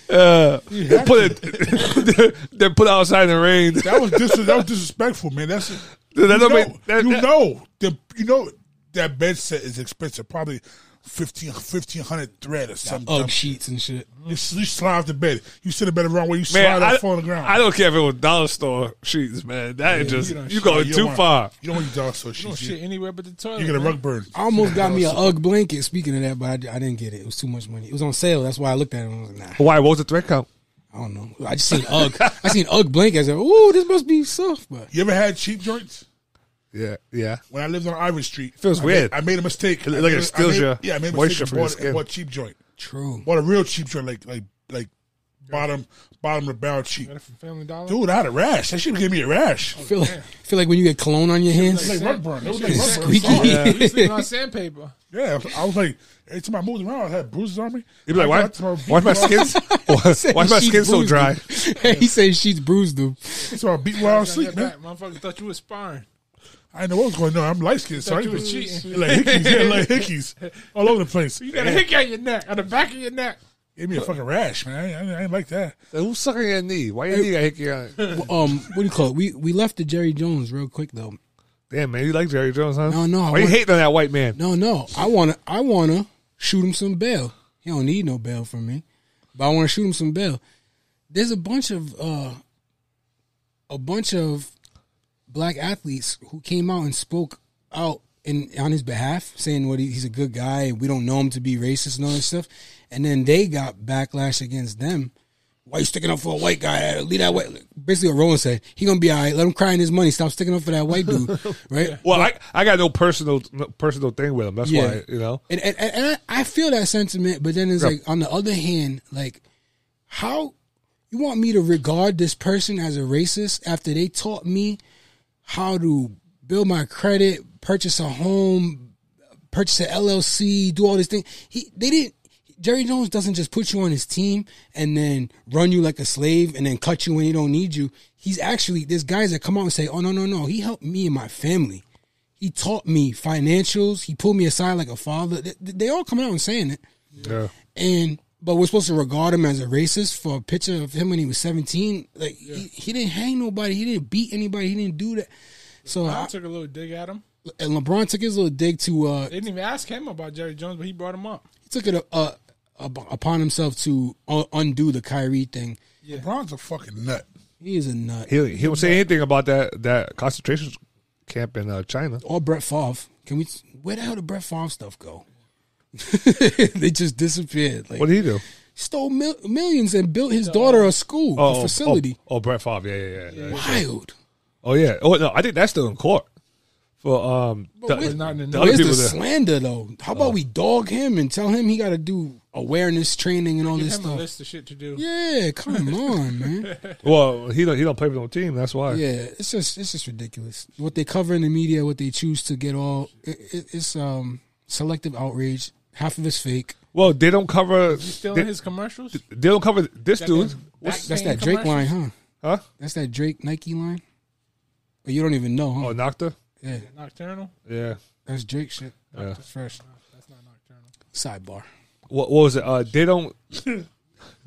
Speaker 5: uh, they put it. they put outside in the rain.
Speaker 2: That was dis- that was disrespectful, man. That's
Speaker 5: Dude, that
Speaker 2: you,
Speaker 5: don't
Speaker 2: know,
Speaker 5: make- that-
Speaker 2: you
Speaker 5: that-
Speaker 2: know the you know that bed set is expensive, probably 15, 1500 thread or something.
Speaker 5: Oh.
Speaker 6: Ugg sheets and shit.
Speaker 2: You, s- you slide the bed. You sit the bed around where you slide
Speaker 5: Man,
Speaker 2: that
Speaker 5: I,
Speaker 2: fall on the ground. Oh,
Speaker 5: I don't care if it was dollar store sheets, man. That is just
Speaker 3: you
Speaker 5: you,
Speaker 3: don't
Speaker 5: going
Speaker 2: You don't
Speaker 5: too
Speaker 2: wanna-
Speaker 5: far.
Speaker 2: You don't want your dog so
Speaker 3: You don't
Speaker 2: shit.
Speaker 3: shit
Speaker 2: You,
Speaker 3: anywhere but the toilet.
Speaker 2: you get a
Speaker 3: man.
Speaker 2: rug burn.
Speaker 6: I almost got me a UGG blanket. Speaking of that, but I, I didn't get it. It was too much money. It was on sale. That's why I looked at it. and I was like, nah,
Speaker 5: But why? What was the thread count?
Speaker 6: I don't know. I just seen UGG. I seen UGG blanket. I said, ooh, this must be soft, but
Speaker 2: You ever had cheap joints?
Speaker 5: Yeah, yeah.
Speaker 2: When I lived on Ivory Street,
Speaker 5: Feels
Speaker 2: I
Speaker 5: weird.
Speaker 2: Made, I made a mistake.
Speaker 5: Like
Speaker 2: I
Speaker 5: it
Speaker 2: made- I
Speaker 5: steals
Speaker 2: made-
Speaker 5: your
Speaker 2: yeah. I made a
Speaker 5: moisture
Speaker 2: mistake.
Speaker 5: from
Speaker 2: and
Speaker 5: your
Speaker 2: Bought,
Speaker 5: skin.
Speaker 2: and bought cheap joint.
Speaker 6: true.
Speaker 2: Bought a real cheap joint, like like like bottom bottom of the barrel cheap.
Speaker 3: Got it from Family Dollar.
Speaker 2: Dude, I had a rash. That shit gave me a rash.
Speaker 6: feel like feel like when you get cologne on your hands,
Speaker 2: Like rug burn. It was like rug burn.
Speaker 6: squeaky.
Speaker 3: We was sleeping on sandpaper.
Speaker 2: Yeah, I was like, every time I moved around, I had bruises on me.
Speaker 5: You'd be
Speaker 2: I
Speaker 5: like, why?
Speaker 2: got to
Speaker 5: Why is my
Speaker 2: beat-
Speaker 5: skin's? Why, why is my
Speaker 6: Sheets
Speaker 5: skin so
Speaker 6: bruised
Speaker 5: dry?
Speaker 6: him. he said sheets bruised him.
Speaker 2: So I beat while I was
Speaker 3: Sleep,
Speaker 2: asleep, man.
Speaker 3: back. Motherfucker thought you was sparring.
Speaker 2: I didn't know what was going on. I'm light skinned, so I
Speaker 3: Thought you
Speaker 2: ain't-
Speaker 3: was cheating.
Speaker 2: Like hickeys, yeah, like hickeys all over the place.
Speaker 3: You got a hickey on your neck, on the back of your neck.
Speaker 2: Gave me a fucking rash, man. I ain't- I ain't, I ain't like that.
Speaker 5: Who's sucking your knee? Why your knee got hickey on? it?
Speaker 6: Um, what do you call it? We we left the Jerry Jones real quick though.
Speaker 5: Damn, man, you like Jerry Jones, huh?
Speaker 6: No, no, I
Speaker 5: Why you
Speaker 6: want-
Speaker 5: hating on that white man?
Speaker 6: No, no, I wanna I wanna shoot him some bail. He don't need no bail from me, but I want to shoot him some bail. There's a bunch of uh, a bunch of black athletes who came out and spoke out in on his behalf, saying what he, he's a good guy and we don't know him to be racist and all this stuff. And then they got backlash against them. Why you sticking up for a white guy? Leave that white. Basically, what Roland said, he gonna be all right. Let him cry in his money. Stop sticking up for that white dude, right?
Speaker 5: Well, I, I got no personal no personal thing with him. That's why you know.
Speaker 6: And and, and and I, I feel that sentiment, but then it's like on the other hand, like how you want me to regard this person as a racist after they taught me how to build my credit, purchase a home, purchase an LLC, do all this thing. He they didn't. Jerry Jones doesn't just put you on his team and then run you like a slave and then cut you when he don't need you. He's actually there's guys that come out and say, "Oh no, no, no, he helped me and my family." He taught me financials. He pulled me aside like a father. They, they all come out and saying it.
Speaker 5: Yeah.
Speaker 6: And but we're supposed to regard him as a racist for a picture of him when he was 17. Like, he, he didn't hang nobody. He didn't beat anybody. He didn't do that. So,
Speaker 3: I
Speaker 6: I,
Speaker 3: took a little dig at him.
Speaker 6: and LeBron took his little dig to, uh,
Speaker 3: They didn't even ask him about Jerry Jones, but he brought him up.
Speaker 6: he took it uh, uh, up- upon himself to uh, undo the Kyrie thing.
Speaker 2: LeBron's a fucking nut.
Speaker 6: He is a nut.
Speaker 5: He he won't say anything about that that concentration camp in uh, China.
Speaker 6: Or Brett Favre. Can we, where the hell did Brett Favre stuff go? they just disappeared. Like,
Speaker 5: What did he do?
Speaker 6: stole mil- millions and built his daughter a school,
Speaker 5: Oh,
Speaker 6: a
Speaker 5: oh,
Speaker 6: facility.
Speaker 5: Oh, oh, Brett Favre. Yeah, yeah, yeah.
Speaker 6: Wild.
Speaker 5: Oh yeah. Oh no, I think that's still in court for um the,
Speaker 6: where's-
Speaker 5: the other
Speaker 6: Where's the
Speaker 5: people Oh. that-
Speaker 6: slander though? How about we dog him and tell him he got to do awareness training and all
Speaker 3: Give
Speaker 6: this
Speaker 3: him a
Speaker 6: stuff?
Speaker 3: list of shit to do.
Speaker 6: Yeah, come on, man.
Speaker 5: Well, he don't he don't play for no team. That's why.
Speaker 6: Yeah, it's just it's just ridiculous what they cover in the media, what they choose to get all. It, it, it's um selective outrage. Half of it's fake.
Speaker 5: Well, they don't cover.
Speaker 3: Still
Speaker 5: they,
Speaker 3: in his commercials?
Speaker 5: they don't cover this dude.
Speaker 3: What's,
Speaker 6: That's that Drake line, huh?
Speaker 5: Huh?
Speaker 6: That's that Drake Nike line. But you don't even know, huh?
Speaker 5: Oh, Nocta.
Speaker 6: yeah,
Speaker 3: Nocturnal?
Speaker 5: Yeah.
Speaker 6: that's Drake shit.
Speaker 5: Yeah.
Speaker 6: That's fresh.
Speaker 3: That's not nocturnal.
Speaker 6: Sidebar.
Speaker 5: What, what was it? Uh, they don't.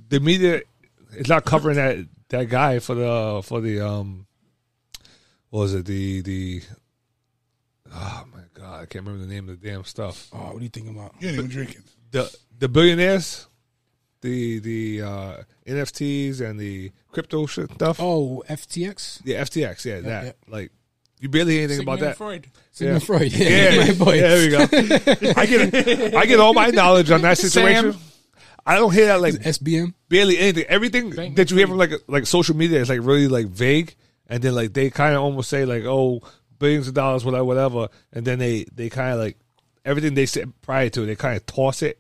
Speaker 5: the media is not covering that that guy for the for the um. What was it? The the. Oh my god! I can't remember the name of the damn stuff.
Speaker 6: Oh, what are you thinking about?
Speaker 2: You ain't even drinking.
Speaker 5: the the billionaires, the the uh, NFTs and the crypto shit stuff.
Speaker 6: Oh, FTX.
Speaker 5: Yeah, FTX. Yeah, that
Speaker 6: yeah.
Speaker 5: like you barely hear anything
Speaker 3: Sigmund
Speaker 5: about that.
Speaker 3: Freud.
Speaker 6: Sigmund
Speaker 5: Yeah.
Speaker 6: Freud. Yeah,
Speaker 5: Yeah,
Speaker 6: my boy.
Speaker 5: yeah, there we go. I get I get all my knowledge on that situation. I don't hear that like
Speaker 6: SBM.
Speaker 5: barely anything. Everything
Speaker 3: Bank
Speaker 5: that you hear from like like social media is like really like vague, and then like they kind of almost say like oh billions of dollars whatever whatever, and then they they kind of like everything they said prior to it, they kind of toss it,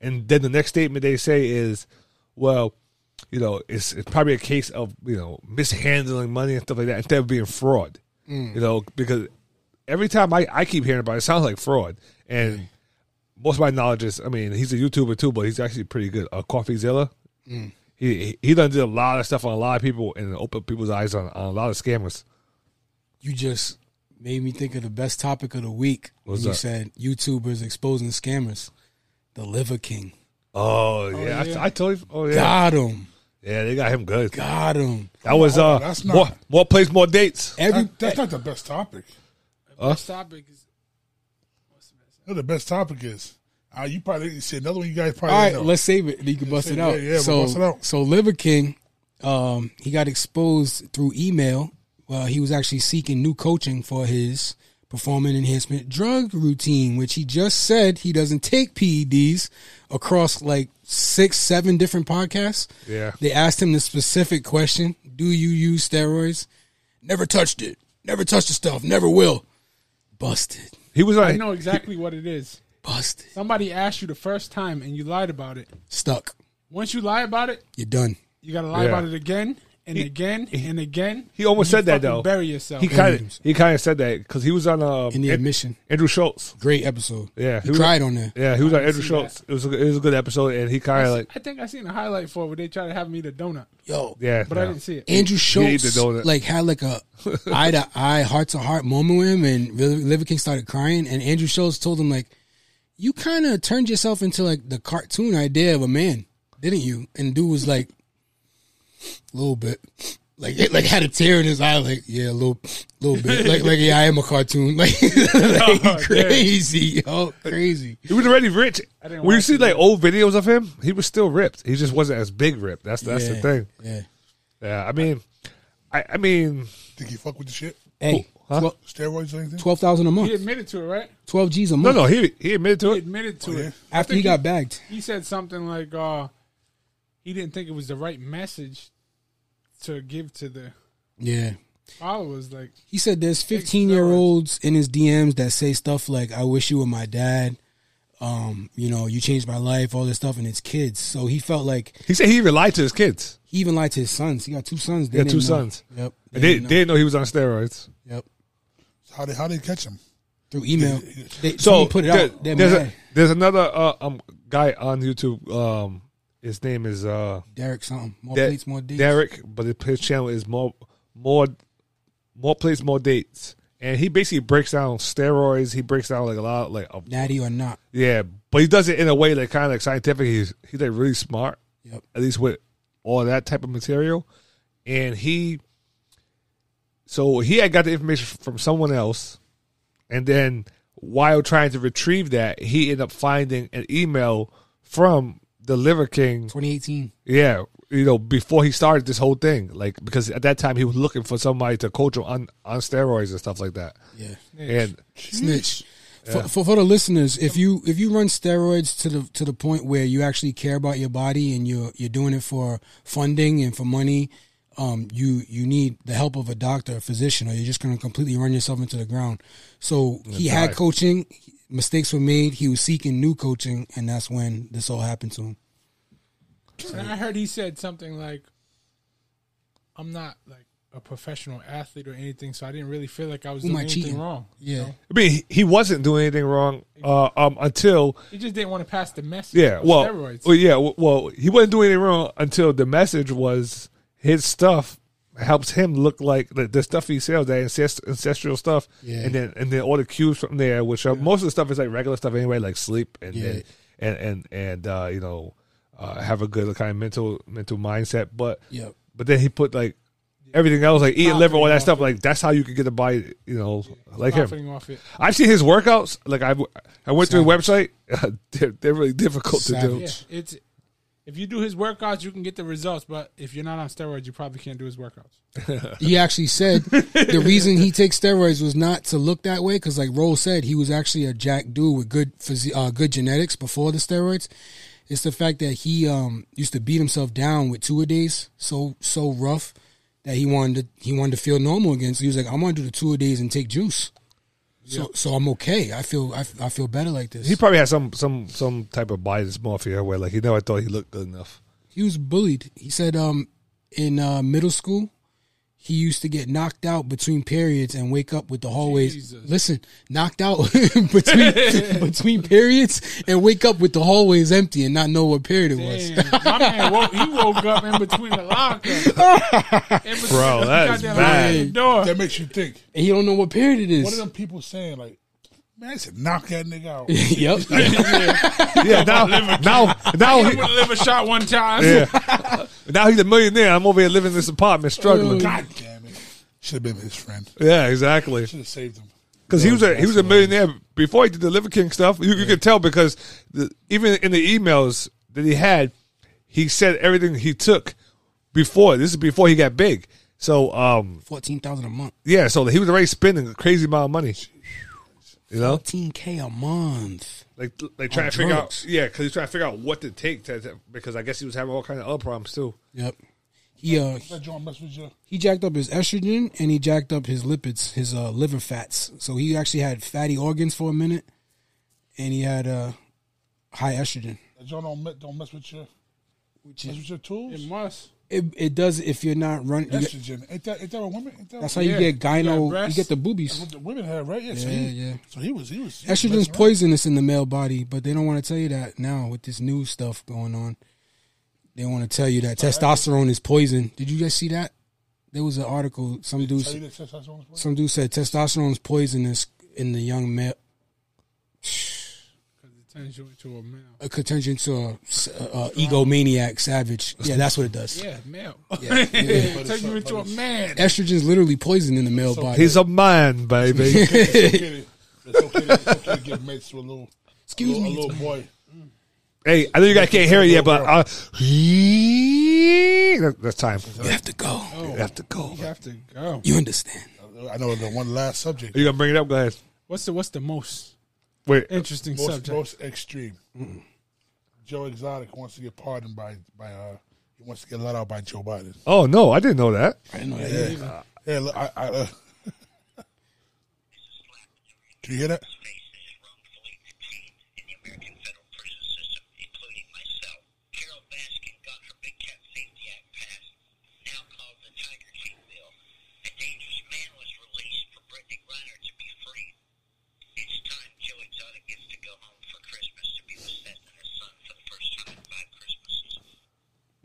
Speaker 5: and then the next statement they say is well. You know, it's, it's probably a case of you know mishandling money and stuff like that instead of being fraud. You know, because every time I, I keep hearing about it, it sounds like fraud. And most of my knowledge is, I mean, he's a YouTuber too, but he's actually pretty good. Uh, CoffeeZilla, he he done did a lot of stuff on a lot of people and opened people's eyes on, on a lot of scammers.
Speaker 6: You just made me think of the best topic of the week. when
Speaker 5: What's
Speaker 6: you
Speaker 5: that?
Speaker 6: said YouTubers exposing scammers. The Liver King.
Speaker 5: Oh, yeah, I, I totally. Oh yeah,
Speaker 6: Got him.
Speaker 5: yeah, they got him good.
Speaker 6: Got him.
Speaker 5: That was
Speaker 3: Oh,
Speaker 5: uh,
Speaker 2: that's
Speaker 5: more
Speaker 2: not-
Speaker 5: more plays, more dates.
Speaker 6: Every
Speaker 2: That- that's not the best topic.
Speaker 3: This topic is
Speaker 2: No, the best topic is uh, you probably didn't see another one. You guys probably
Speaker 6: All right,
Speaker 2: didn't know.
Speaker 6: let's save it. You can bust
Speaker 2: save
Speaker 6: it
Speaker 2: it.
Speaker 6: out.
Speaker 2: Yeah, yeah, we'll
Speaker 6: so,
Speaker 2: bust it out.
Speaker 6: so Liver King, um, he got exposed through email. Uh, he was actually seeking new coaching for his performance enhancement drug routine, which he just said he doesn't take PEDs across like six, seven different podcasts.
Speaker 5: Yeah.
Speaker 6: They asked him the specific question Do you use steroids? Never touched it. Never touched the stuff. Never will. Busted.
Speaker 5: He was
Speaker 3: I
Speaker 5: like,
Speaker 3: know exactly what it is.
Speaker 6: Busted.
Speaker 3: Somebody asked you the first time and you lied about it.
Speaker 6: Stuck.
Speaker 3: Once you lie about it,
Speaker 6: You're done.
Speaker 3: you gotta lie
Speaker 5: Yeah.
Speaker 3: about it again and again and again.
Speaker 5: he almost
Speaker 3: You
Speaker 5: said that
Speaker 3: fucking
Speaker 5: though.
Speaker 3: Bury yourself.
Speaker 5: He kind of he kind of said that because he was on uh,
Speaker 6: In the
Speaker 5: An-
Speaker 6: admission.
Speaker 5: Andrew Schultz.
Speaker 6: Great episode.
Speaker 5: Yeah,
Speaker 6: He
Speaker 5: was-
Speaker 6: cried on there.
Speaker 5: Yeah, he was on Andrew
Speaker 3: see
Speaker 5: Schultz. It was a, it was a good episode, and he kind of like
Speaker 3: I think I seen a highlight for it where they try to have me eat a donut,
Speaker 6: Yo.
Speaker 5: yeah,
Speaker 3: but I
Speaker 5: no.
Speaker 3: didn't see it.
Speaker 6: Andrew
Speaker 5: ate the
Speaker 6: Schultz
Speaker 5: donut.
Speaker 6: like had like a eye to eye, heart to heart moment with him, and Liv- Liver King started crying. And Andrew Schultz told him like, "You kind of turned yourself into like the cartoon idea of a man, didn't you?" And dude was like, "A little bit." Like, it, like had a tear in his eye, like yeah, a little, little bit, like, like yeah, I am a cartoon, like,
Speaker 5: Oh,
Speaker 6: like, crazy, yo, crazy.
Speaker 5: He was already rich. When you see like old videos of him, he was still ripped. He just wasn't as big ripped. That's that's the
Speaker 6: Yeah,
Speaker 5: thing.
Speaker 6: Yeah.
Speaker 5: Yeah, I mean, I, I mean,
Speaker 2: Think you fuck with the shit?
Speaker 6: Hey,
Speaker 5: Huh?
Speaker 6: twelve
Speaker 2: Steroids or anything?
Speaker 6: twelve thousand a
Speaker 3: He
Speaker 6: month,
Speaker 3: admitted to it, right?
Speaker 6: twelve G's a
Speaker 5: no,
Speaker 6: month.
Speaker 5: no, he he admitted to
Speaker 3: He
Speaker 5: it.
Speaker 3: admitted to
Speaker 2: Oh, yeah.
Speaker 3: it.
Speaker 6: After he got bagged,
Speaker 3: He said something like, uh, he didn't think it was the right message to give to the
Speaker 6: yeah.
Speaker 3: followers. Like,
Speaker 6: He said there's 15 year olds in his DMs that say stuff like, I wish you were my dad. Um, you know, you changed my life, all this stuff, and it's kids. So he felt like
Speaker 5: He said he even lied to his kids.
Speaker 6: he even lied to his sons. He got two sons. They
Speaker 5: Yeah,
Speaker 6: didn't
Speaker 5: two
Speaker 6: know.
Speaker 5: sons.
Speaker 6: Yep.
Speaker 5: They they
Speaker 6: didn't
Speaker 5: didn't,
Speaker 6: know.
Speaker 5: know he was on steroids.
Speaker 6: Yep.
Speaker 2: How they how they catch him?
Speaker 6: Through email. They,
Speaker 5: So
Speaker 6: so put it
Speaker 5: there-
Speaker 6: out. They're
Speaker 5: there's
Speaker 6: mad.
Speaker 5: a, there's another uh, um guy on YouTube. Um, his name is uh
Speaker 6: Derek something. More
Speaker 5: Der-
Speaker 6: plates, more D's.
Speaker 5: Derek, but his- his channel is more more more plays, more dates, and he basically breaks down steroids. He breaks down like a lot like a
Speaker 6: Natty or not.
Speaker 5: Yeah, But he does it in a way that kind of scientific. He's he's like really smart.
Speaker 6: Yep.
Speaker 5: At least with all that type of material, and he. So he had got the information from someone else, and then while trying to retrieve that, he ended up finding an email from the Liver King
Speaker 6: 2018.
Speaker 5: yeah, you know, before he started this whole thing, like because at that time he was looking for somebody to coach him on, on steroids and stuff like that.
Speaker 6: Yeah.
Speaker 5: And
Speaker 6: snitch. For, for, for the listeners, if you if you run steroids to the to the point where you actually care about your body and you're you're doing it for funding and for money, um, you you need the help of a doctor, a physician, or you're just going to completely run yourself into the ground. So he had coaching, mistakes were made. He was seeking new coaching, and that's when this all happened to him.
Speaker 3: And I heard he said something like, "I'm not like a professional athlete or anything, so I didn't really feel like I was
Speaker 6: Who am
Speaker 3: doing
Speaker 6: I
Speaker 3: anything
Speaker 6: cheating?
Speaker 3: wrong." you
Speaker 6: Yeah,
Speaker 3: know?
Speaker 5: I mean, he- he wasn't doing anything wrong uh, um, until
Speaker 3: he just didn't want to pass the message.
Speaker 5: yeah,
Speaker 3: of
Speaker 5: well,
Speaker 3: steroids.
Speaker 5: well, yeah, w- well, he wasn't doing anything wrong until the message was his stuff helps him look like the, the stuff he sells, that ancest- ancestral stuff,
Speaker 6: Yeah.
Speaker 5: and then and then all the cues from there, which are, most of the stuff is like regular stuff anyway, like sleep and
Speaker 6: Yeah.
Speaker 5: and and and, and uh, you know. Uh, have a good kind of mental mental mindset, but
Speaker 6: Yep.
Speaker 5: But then he put like everything else, like eating
Speaker 3: Profiting
Speaker 5: liver, all that
Speaker 3: off
Speaker 5: stuff.
Speaker 3: it.
Speaker 5: Like that's how you could get a body, you know, like him.
Speaker 3: profiting off it.
Speaker 5: I've seen his workouts. Like I, I went through his website. they're, they're really difficult
Speaker 3: Yeah,
Speaker 5: to do.
Speaker 6: Savage.
Speaker 3: it's if you do his workouts, you can get the results, but if you're not on steroids, you probably can't do his workouts.
Speaker 6: he actually said the reason he takes steroids was not to look that way because, like Roll said, he was actually a jack dude with good physi- uh, good genetics before the steroids. It's the fact that he um, used to beat himself down with two a days, so so rough that he wanted to, he wanted to feel normal again. So he was like, I want to do the two a days and take juice. So so I'm okay. I feel I, I feel better like this.
Speaker 5: He
Speaker 6: He,
Speaker 5: probably had some some some type of body dysmorphia where like he never thought he looked good enough.
Speaker 6: was bullied. He said um, in uh, middle school. He used to get knocked out between periods and wake up with the hallways.
Speaker 3: Jesus.
Speaker 6: Listen, knocked out between between periods and wake up with the hallways empty and not know what period it was.
Speaker 3: Damn, my man woke, he woke up in between the locker. In between
Speaker 5: Bro,
Speaker 3: the
Speaker 5: that is
Speaker 3: goddamn
Speaker 5: bad.
Speaker 3: locker Door.
Speaker 2: That makes you think.
Speaker 6: And you don't know what period it
Speaker 2: What are
Speaker 6: is.
Speaker 2: them people saying? Like, man, I said knock that nigga out.
Speaker 6: yep.
Speaker 5: Yeah, now now now
Speaker 3: I
Speaker 5: he,
Speaker 3: would live a shot one time.
Speaker 5: yeah. now he's a millionaire. I'm over here living in this apartment struggling.
Speaker 2: God damn it! Should have been his friend.
Speaker 5: Yeah, exactly.
Speaker 2: Should have saved him.
Speaker 5: Because he was a he was a millionaire before he did the Liver King stuff. You, you could tell because the, even in the emails that he had, he said everything he took before. This is before he got big. So um
Speaker 6: Fourteen thousand a month.
Speaker 5: yeah, so he was already spending a crazy amount of money. You know,
Speaker 6: Fourteen K a month.
Speaker 5: like like trying
Speaker 6: On
Speaker 5: to figure
Speaker 6: drugs.
Speaker 5: out yeah, because he's trying to figure out what to take to, to- because I guess he was having all kind of other problems too.
Speaker 6: Yep. He uh
Speaker 2: That joint mess with you.
Speaker 6: he jacked up his estrogen and he jacked up his lipids, his uh liver fats. So he actually had fatty organs for a minute and he had uh high estrogen.
Speaker 2: That joint don't mess, don't mess with your
Speaker 6: Which
Speaker 2: mess
Speaker 6: is
Speaker 2: with your tools.
Speaker 3: It must.
Speaker 6: it, it does if you're not running you get-
Speaker 2: Estrogen. Ain't that ain't that a woman? Ain't that
Speaker 6: that's how
Speaker 2: what
Speaker 6: you
Speaker 3: Yeah.
Speaker 6: get
Speaker 3: You got
Speaker 6: gyno you
Speaker 3: breasts.
Speaker 6: get the boobies.
Speaker 2: the women have, right? Yeah. so,
Speaker 6: Yeah,
Speaker 2: he,
Speaker 6: yeah.
Speaker 2: so he was he was. He was
Speaker 6: Estrogen's
Speaker 2: messing around.
Speaker 6: poisonous in the male body, but they don't want to tell you that now with this new stuff going on. They want to tell you that testosterone is poison. Did you guys see that? There was an article. Some dude,
Speaker 2: Tell you
Speaker 6: s-
Speaker 2: that testosterone's poison?
Speaker 6: some dude said testosterone is poisonous in the young male.
Speaker 3: It turns you into a male.
Speaker 6: A contention to a, s- a- a egomaniac savage. Yeah, that's what it does.
Speaker 3: Yeah, male.
Speaker 6: Yeah, yeah.
Speaker 3: It turns you into a man.
Speaker 6: Estrogen's literally poison in the male body.
Speaker 5: He's a man, baby.
Speaker 2: It's okay to- it's okay to- it's okay to give mates to a little, a
Speaker 6: Excuse
Speaker 2: little, a
Speaker 6: me.
Speaker 2: little boy.
Speaker 5: hey, I know you guys can't hear it yet, but uh, that- that's time.
Speaker 6: You have to go.
Speaker 3: Oh.
Speaker 5: You have to go.
Speaker 3: You have to go.
Speaker 6: You understand?
Speaker 2: I know the one last subject.
Speaker 5: You gonna bring it up, guys?
Speaker 3: What's the what's the most
Speaker 5: Wait,
Speaker 3: interesting
Speaker 2: Most
Speaker 3: subject?
Speaker 2: most extreme. Joe Exotic wants to get pardoned by by uh he wants to get let out by Joe Biden.
Speaker 5: Oh no, I didn't know that.
Speaker 6: I didn't know that.
Speaker 2: Yeah, look, I, I uh, Can you hear that?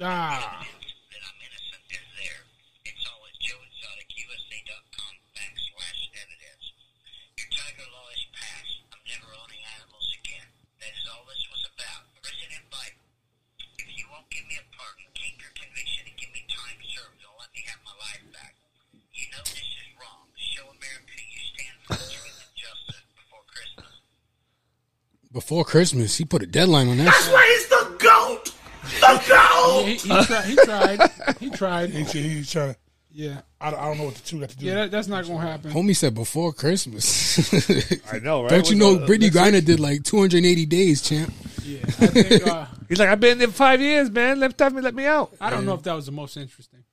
Speaker 3: Ah,
Speaker 8: Tiger law is passed. I'm never owning animals again. That is all that's
Speaker 6: Before Christmas, he put a deadline on that. shit.
Speaker 4: He's the goat. The
Speaker 3: Yeah,
Speaker 4: goat.
Speaker 3: he, he, tri- he tried. He tried.
Speaker 2: He's, he's trying to,
Speaker 3: Yeah.
Speaker 2: I, don't- I don't know what the two got to do.
Speaker 3: Yeah, that, that's not going to happen.
Speaker 6: Homie said before Christmas.
Speaker 5: I know, right?
Speaker 6: Don't you know
Speaker 5: What's the-
Speaker 6: Brittany Griner did like 280 days, champ?
Speaker 3: Yeah. I think, uh,
Speaker 5: He's like, I've been there five years, man. Let me let me out.
Speaker 3: I don't know if that was the most interesting.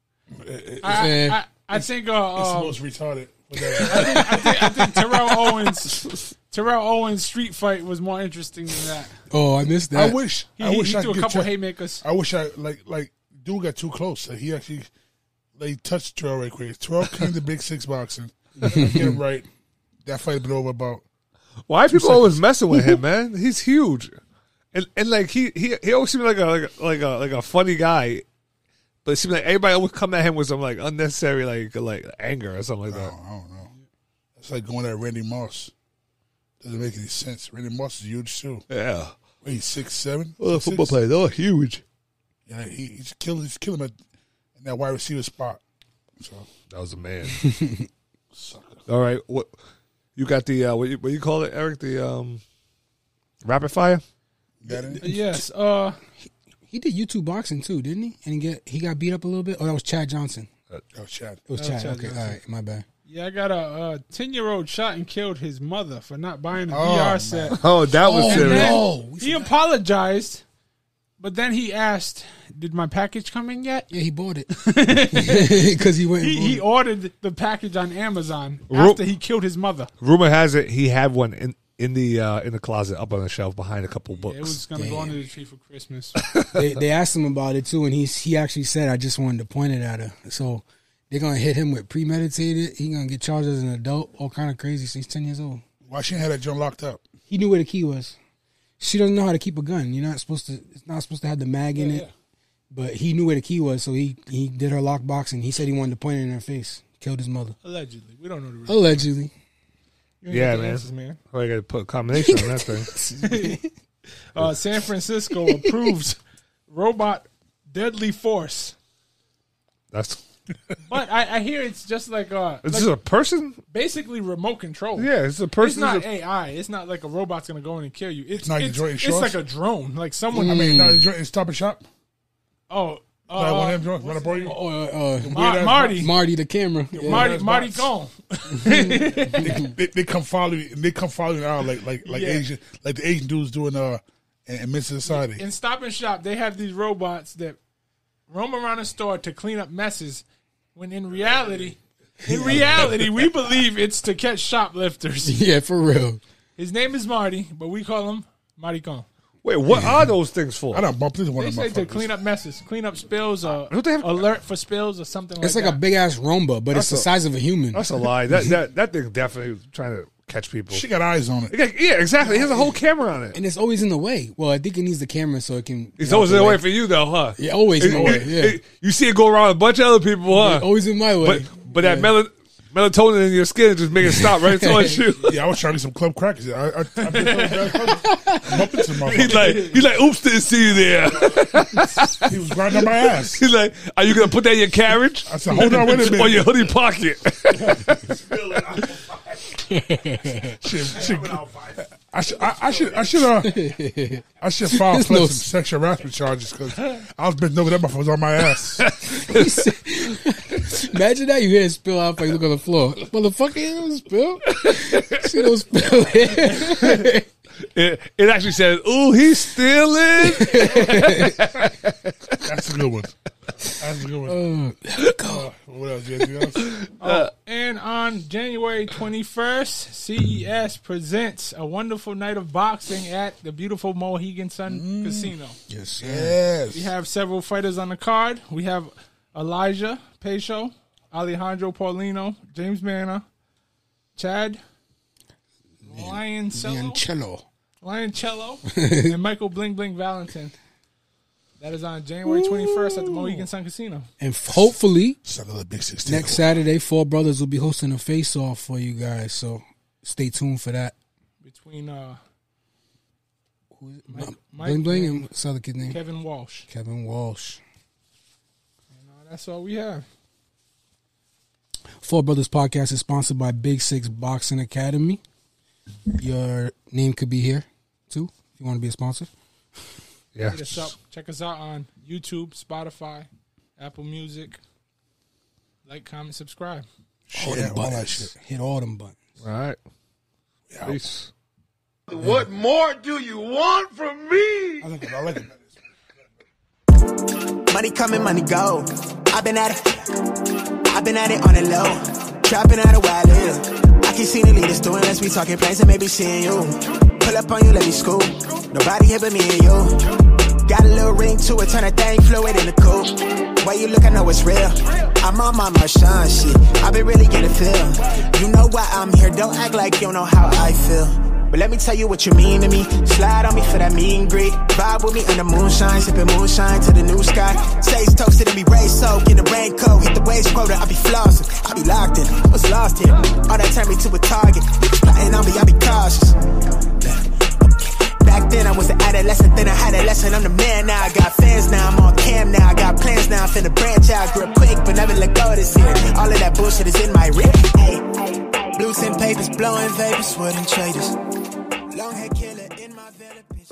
Speaker 6: Eh.
Speaker 3: I, I, I think uh,
Speaker 2: It's the
Speaker 3: um,
Speaker 2: most retarded. whatever.
Speaker 3: Terrell Owens Terrell Owens street fight was more interesting than that.
Speaker 6: Oh, I missed
Speaker 2: I
Speaker 6: that.
Speaker 2: wish.
Speaker 3: He,
Speaker 2: I
Speaker 3: he-
Speaker 2: wish
Speaker 3: he
Speaker 2: I
Speaker 3: threw a
Speaker 2: could
Speaker 3: couple
Speaker 2: tell-
Speaker 3: haymakers.
Speaker 2: I wish I like like dude got too close. Like, he actually they touched Terrell right quick. Terrell came to big six boxing. If I Get him right. That fight had been over about.
Speaker 5: Why are people always messing with him, man? He's huge, and and like he he he always seemed like a like a like a, like a funny guy, but it seemed like everybody always come at him with some like unnecessary like like anger or something like
Speaker 2: I
Speaker 5: that.
Speaker 2: don't, I don't know. It's like going at Randy Moss. Doesn't make any sense. Randy Moss is huge too.
Speaker 5: Yeah,
Speaker 2: Wait, he's six seven. Six, six?
Speaker 5: players they're huge.
Speaker 2: Yeah, he, he's killing. He's killing him at, in that wide receiver spot. So
Speaker 5: That was a man. All right, what you got the uh, what you, what you call it, Eric? The um, rapid fire.
Speaker 2: that ain't-
Speaker 3: Yes. Uh,
Speaker 6: He did YouTube boxing too, didn't he? And he get he got beat up a little bit. Oh, that was Chad Johnson.
Speaker 2: oh, Chad.
Speaker 6: It was
Speaker 3: That was
Speaker 6: Chad.
Speaker 3: Chad
Speaker 6: okay,
Speaker 3: Johnson.
Speaker 6: all right, my bad.
Speaker 3: yeah, I got a ten-year-old shot and killed his mother for not buying a
Speaker 2: Oh,
Speaker 3: VR
Speaker 2: man. Oh,
Speaker 3: set.
Speaker 5: Oh, that was
Speaker 3: And
Speaker 5: serious.
Speaker 3: then
Speaker 6: no. We
Speaker 3: he apologized, but then he asked, "Did my package come in yet?"
Speaker 6: Yeah, he bought it because he went. and
Speaker 3: He, he
Speaker 6: bought
Speaker 3: ordered the package on Amazon
Speaker 5: Ru-
Speaker 3: after he killed his mother.
Speaker 5: Rumor has it he had one in in the uh, in the closet up on the shelf behind a couple books.
Speaker 3: It was gonna go
Speaker 6: Damn.
Speaker 3: under the tree for Christmas.
Speaker 6: it. they, they asked him about it too, and he he actually said, "I just wanted to point it at her." So they're gonna hit him with premeditated. He gonna get charged as an adult, all kind of crazy. So he's ten years old.
Speaker 2: Why she ain't had that joint locked up?
Speaker 6: He knew where the key was. She doesn't know how to keep a gun. You're not supposed to. It's not supposed to have the mag in it. But he knew where the key was, so he he did her lockbox, and he said he wanted to point it in her face. Killed his mother
Speaker 3: Allegedly, we don't know the real.
Speaker 6: allegedly.
Speaker 3: You ain't
Speaker 5: Yeah,
Speaker 3: got the
Speaker 5: man.
Speaker 3: answers, man.
Speaker 5: Oh, I got to put a combination on that thing.
Speaker 3: Uh, San Francisco approves robot deadly force,
Speaker 5: That's
Speaker 3: but I, I hear it's just like uh,
Speaker 5: is
Speaker 3: like
Speaker 5: this a person?
Speaker 3: basically remote control.
Speaker 5: Yeah, it's a
Speaker 3: It's
Speaker 5: person.
Speaker 3: not AI. It's not like a robot's gonna go in and kill you. It's
Speaker 2: not
Speaker 3: it's,
Speaker 2: Detroit
Speaker 3: it's
Speaker 2: Shores?
Speaker 3: like a drone. Like someone.
Speaker 2: I mean, now the joint is Stop and Shop.
Speaker 3: Oh, uh,
Speaker 2: Like one of them joints. Want to borrow you?
Speaker 6: Oh, uh, uh,
Speaker 3: Ma-
Speaker 2: Weird-ass
Speaker 3: Marty,
Speaker 6: Marty the camera.
Speaker 3: Marty,
Speaker 2: Weird-ass
Speaker 3: Marty,
Speaker 2: box.
Speaker 3: gone.
Speaker 2: they, they, they come follow you. They come following out like like like
Speaker 3: Yeah.
Speaker 2: Asian like the Asian dudes doing uh in, in Miss Society.
Speaker 3: In Stop and Shop, they have these robots that roam around a store to clean up messes. When in reality, in reality, we believe it's to catch shoplifters.
Speaker 6: Yeah, for real.
Speaker 3: His name is Marty, but we call him Marty Gone.
Speaker 5: Wait, what are those things for?
Speaker 2: I don't bump into one
Speaker 3: They
Speaker 2: of
Speaker 3: say
Speaker 2: Oh, my
Speaker 3: to clean up messes, clean up spills, or
Speaker 5: Don't they have-
Speaker 3: alert for spills, or something.
Speaker 6: It's
Speaker 3: like,
Speaker 6: like a big ass Roomba, but it's
Speaker 5: That's
Speaker 6: the
Speaker 5: a-
Speaker 6: size of a human.
Speaker 5: That's a lie. That that that thing's definitely trying to catch people.
Speaker 2: She got eyes on it.
Speaker 5: Yeah, yeah, exactly. He has a whole camera on it.
Speaker 6: And it's always in the way. Well, I think it needs the camera so it can.
Speaker 5: It's always in the way for you, though, huh?
Speaker 6: Yeah, always in the way, yeah.
Speaker 5: you see it go around a bunch of other people, huh?
Speaker 6: Always in my way.
Speaker 5: but but that mel- melatonin in your skin just make it stop right towards you.
Speaker 2: Yeah, I was trying to get some club crackers. I, I, I, been throwing bad clubs. bump into my
Speaker 5: He's like, he's like, oops, didn't see you there.
Speaker 2: He was grinding on my ass.
Speaker 5: he's like, are you gonna put that in your carriage
Speaker 2: I said, hold on, wait a
Speaker 5: or
Speaker 2: minute.
Speaker 5: your hoodie pocket?
Speaker 2: Shit, shit. I should, I, I should, I should, uh, I should file
Speaker 6: There's
Speaker 2: for
Speaker 6: no-
Speaker 2: some sexual harassment charges because I was bent over that motherfucker was on my ass.
Speaker 6: Imagine that you hear it spill out like look on the floor. Motherfucker, you don't spill. she don't spill.
Speaker 5: It, it actually says, ooh, he's stealing.
Speaker 2: That's a good one. That's a good one. Uh, what else? You got anything else?
Speaker 3: And on January 21st, CES presents a wonderful night of boxing at the beautiful Mohegan Sun Casino.
Speaker 6: yes.
Speaker 2: Yes.
Speaker 3: We have several fighters on the card. We have Elijah Pecho, Alejandro Paulino, James Manna, Chad Lioncello,
Speaker 6: Cello.
Speaker 3: Lioncello, and Michael Bling Bling Valentin. That is on January 21st at the Mohegan Sun Casino.
Speaker 6: And f- hopefully
Speaker 2: Son of the big sixteen.
Speaker 6: next Saturday, Four Brothers will be hosting a face off for you guys. So stay tuned for that.
Speaker 3: between uh, Mike, Mike
Speaker 6: Bling Bling and what's the other kid's name?
Speaker 3: Kevin Walsh.
Speaker 6: Kevin Walsh.
Speaker 3: Uh, That's all we have.
Speaker 6: Four Brothers Podcast is sponsored by Big Six Boxing Academy. Your name could be here too. If you want to be a sponsor,
Speaker 5: Yeah.
Speaker 3: Hit us up. Check us out on YouTube, Spotify, Apple Music. Like, comment, subscribe.
Speaker 6: all,
Speaker 2: Yeah,
Speaker 6: them
Speaker 2: all that
Speaker 6: buttons.
Speaker 2: shit.
Speaker 6: Hit all them buttons.
Speaker 5: All right. Peace.
Speaker 4: What more do you want from
Speaker 2: I
Speaker 4: me?
Speaker 2: like it. I like it.
Speaker 8: Money coming, money go. I've been at it. I've been at it on the low. Trapping out a while yeah. I keep seeing the leaders doing less. We talking plans and maybe seeing you. Pull up on you, let me scoop. Nobody here but me and you. Got a little ring to it, turn a thing fluid in the coupe. Why you look, I know it's real. I'm on my Marshawn shit. I've been really getting feel. You know why I'm here, don't act like you don't know how I feel. But let me tell you what you mean to me. Slide on me for that mean grit. Vibe with me in the moonshine, sipping moonshine to the new sky. Stays toasted and be raised soaked in the raincoat. Hit the waves quota, I be flossing. I be locked in, I was lost here. All that turned me to a target. Niggas plotting on me, I be cautious. Back then I was an adolescent, then I had a lesson. I'm the man now. I got fans now. I'm on cam now. I got plans now. I'm finna branch out, grip quick, but never let go this year. All of that bullshit is in my rip. Ay, ay, ay. Blue tin papers, blowing vapors, wouldn't trade us. Long hair killer in my villa, bitch.